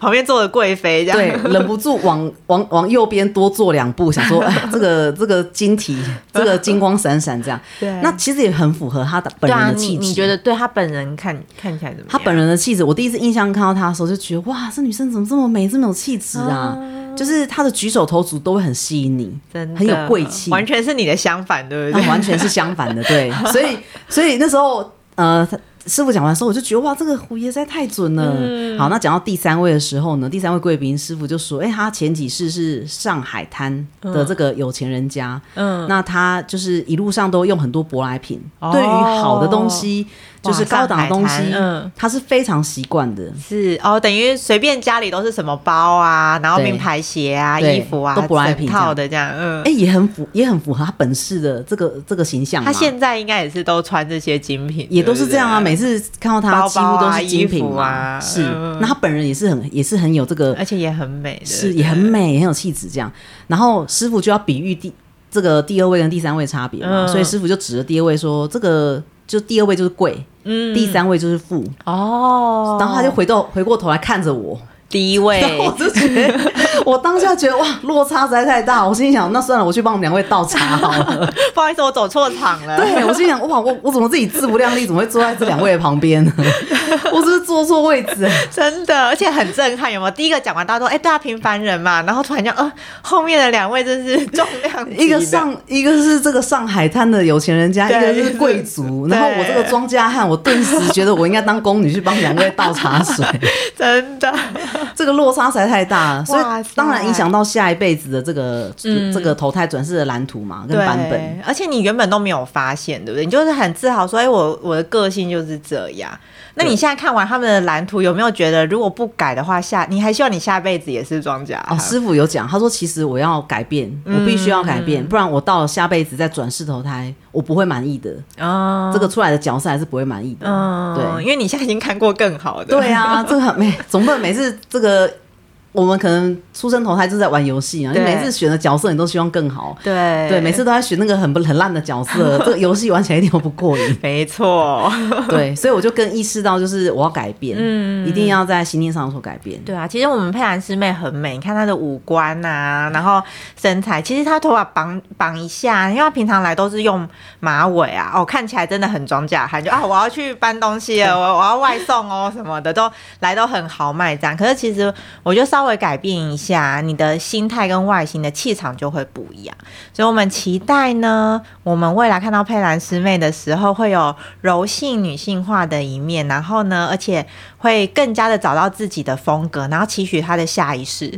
Speaker 2: 旁边坐着贵妃这样，
Speaker 3: 对，忍不住往往往右边多做两步，想说， 哎，这个这个晶体，这个金光闪闪这样，
Speaker 2: 嗯对
Speaker 3: 啊那其实也很符合他的本
Speaker 2: 对啊
Speaker 3: 人的，气
Speaker 2: 你
Speaker 3: 质、
Speaker 2: 你觉得对她本人看看起来怎么样？
Speaker 3: 她本人的气质，我第一次印象看到她的时候，就觉得哇，这女生怎么这么美，这么有气质啊！就是她的举手投足都会很吸引你，
Speaker 2: 真的
Speaker 3: 很有贵气，
Speaker 2: 完全是你的相反，对不
Speaker 3: 那
Speaker 2: 对？
Speaker 3: 完 全是相反的，对。所以，所以那时候，呃，她师傅讲完的时候，我就觉得哇，这个胡爷实在太准了。
Speaker 2: 嗯
Speaker 3: 好，那讲到第三位的时候呢，第三位贵宾师傅就说，哎、他前几世是上海滩的这个有钱人家，
Speaker 2: 嗯，
Speaker 3: 那他就是一路上都用很多舶来品，
Speaker 2: 哦
Speaker 3: 对于好的东西，就是高档东
Speaker 2: 上海
Speaker 3: 西，
Speaker 2: 滩嗯
Speaker 3: 他是非常习惯的。
Speaker 2: 是哦，等于随便家里都是什么包啊，然后
Speaker 3: 对
Speaker 2: 名牌鞋啊、
Speaker 3: 对
Speaker 2: 衣服啊，
Speaker 3: 都舶来
Speaker 2: 整
Speaker 3: 品这样
Speaker 2: 套的这样。嗯，
Speaker 3: 哎、也很符，也很符合他本市的这个这个形象嘛。
Speaker 2: 他现在应该也是都穿这些精品，
Speaker 3: 嗯也都是这样啊，
Speaker 2: 对不对
Speaker 3: 每次看到
Speaker 2: 包包
Speaker 3: 他
Speaker 2: 啊
Speaker 3: 几乎都是精品
Speaker 2: 衣服
Speaker 3: 嘛。
Speaker 2: 啊
Speaker 3: 是，
Speaker 2: 嗯
Speaker 3: 那他本人也是很也是很有这个
Speaker 2: 而且也很美，
Speaker 3: 是
Speaker 2: 对不对
Speaker 3: 也很美，也很有气质这样。然后师傅就要比喻第这个第二位跟第三位的差别嘛，
Speaker 2: 嗯
Speaker 3: 所以师傅就指着第二位说，这个就第二位就是贵，
Speaker 2: 嗯
Speaker 3: 第三位就是富。
Speaker 2: 哦。
Speaker 3: 然后他就回到回过头来看着我，
Speaker 2: 第一位，
Speaker 3: 我就觉得， 我当下觉得哇，落差实在太大。我心想，那算了，我去帮我们两位倒茶好了。
Speaker 2: 不好意思，我走错场了。
Speaker 3: 对我心想，哇，我我怎么自己自不量力，怎么会坐在这两位的旁边呢？ 我是不是坐错位 置啊？
Speaker 2: 真的，而且很震撼，有没有？第一个讲完，大家都哎，大家平凡人嘛，然后突然就，呃，后面的两位真是重量级的
Speaker 3: 一个上，一个是这个上海滩的有钱人家，
Speaker 2: 对
Speaker 3: 一个是贵族，
Speaker 2: 对
Speaker 3: 然后我这个庄稼汉，我顿时觉得我应该当宫女去帮两位倒 茶水，
Speaker 2: 真的，
Speaker 3: 这个落差实在太大了，所以
Speaker 2: 哇塞嗯
Speaker 3: 当然影响到下一辈子的这个、这个投胎转世的蓝图嘛，跟版本。
Speaker 2: 对，而且你原本都没有发现，对不对？你就是很自豪说，哎、我我的个性就是这样。那你现在看完他们的蓝图，有没有觉得如果不改的话，下你还希望你下辈子也是庄家？
Speaker 3: 哦，师傅有讲，他说其实我要改变，我必须要改变，
Speaker 2: 嗯
Speaker 3: 不然我到了下辈子再转世投胎，我不会满意的，
Speaker 2: 哦，
Speaker 3: 这个出来的角色还是不会满意的。
Speaker 2: 嗯，
Speaker 3: 对
Speaker 2: 因为你现在已经看过更好的，
Speaker 3: 啊对啊，这个很每总不能每次这个我们可能出生头胎就是在玩游戏啊，你
Speaker 2: 对
Speaker 3: 每次选的角色你都希望更好，
Speaker 2: 对
Speaker 3: 对，每次都在选那个很不很烂的角 色，这个游戏玩起来一点都不过瘾。
Speaker 2: 没错，
Speaker 3: 对，所以我就更意识到，就是我要改变，嗯，一定要在心念上有所改变。
Speaker 2: 对啊，其实我们佩兰师妹很美，你看她的五官啊，然后身材，其实她头发绑绑一下，因为她平常来都是用马尾啊，哦，看起来真的很庄稼汉，就啊，我要去搬东西了，我我要外送哦什么的，都 来都很豪迈这样。可是其实我就稍微改变一下，你的心态跟外形的气场就会不一样。所以我们期待呢，我们未来看到佩兰师妹的时候，会有柔性女性化的一面，然后呢，而且会更加的找到自己的风格，然后期许她的下一世，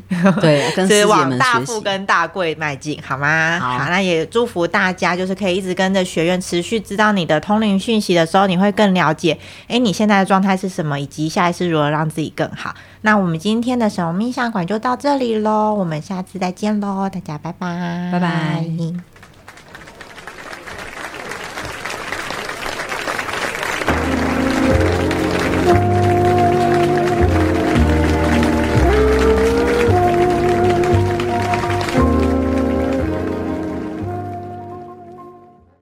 Speaker 3: 对，跟师
Speaker 2: 是
Speaker 3: 姐
Speaker 2: 往
Speaker 3: 们
Speaker 2: 大
Speaker 3: 学
Speaker 2: 富
Speaker 3: 习。
Speaker 2: 跟大贵迈进，好吗？
Speaker 3: 好
Speaker 2: 那也祝福大家，就是可以一直跟着学院持续知道你的通灵讯息的时候，你会更了解，诶，你现在的状态是什么，以及下一次如何让自己更好。那我们今天的神秘相馆就到这里喽，我们下次再见喽，大家拜拜，
Speaker 3: 拜拜。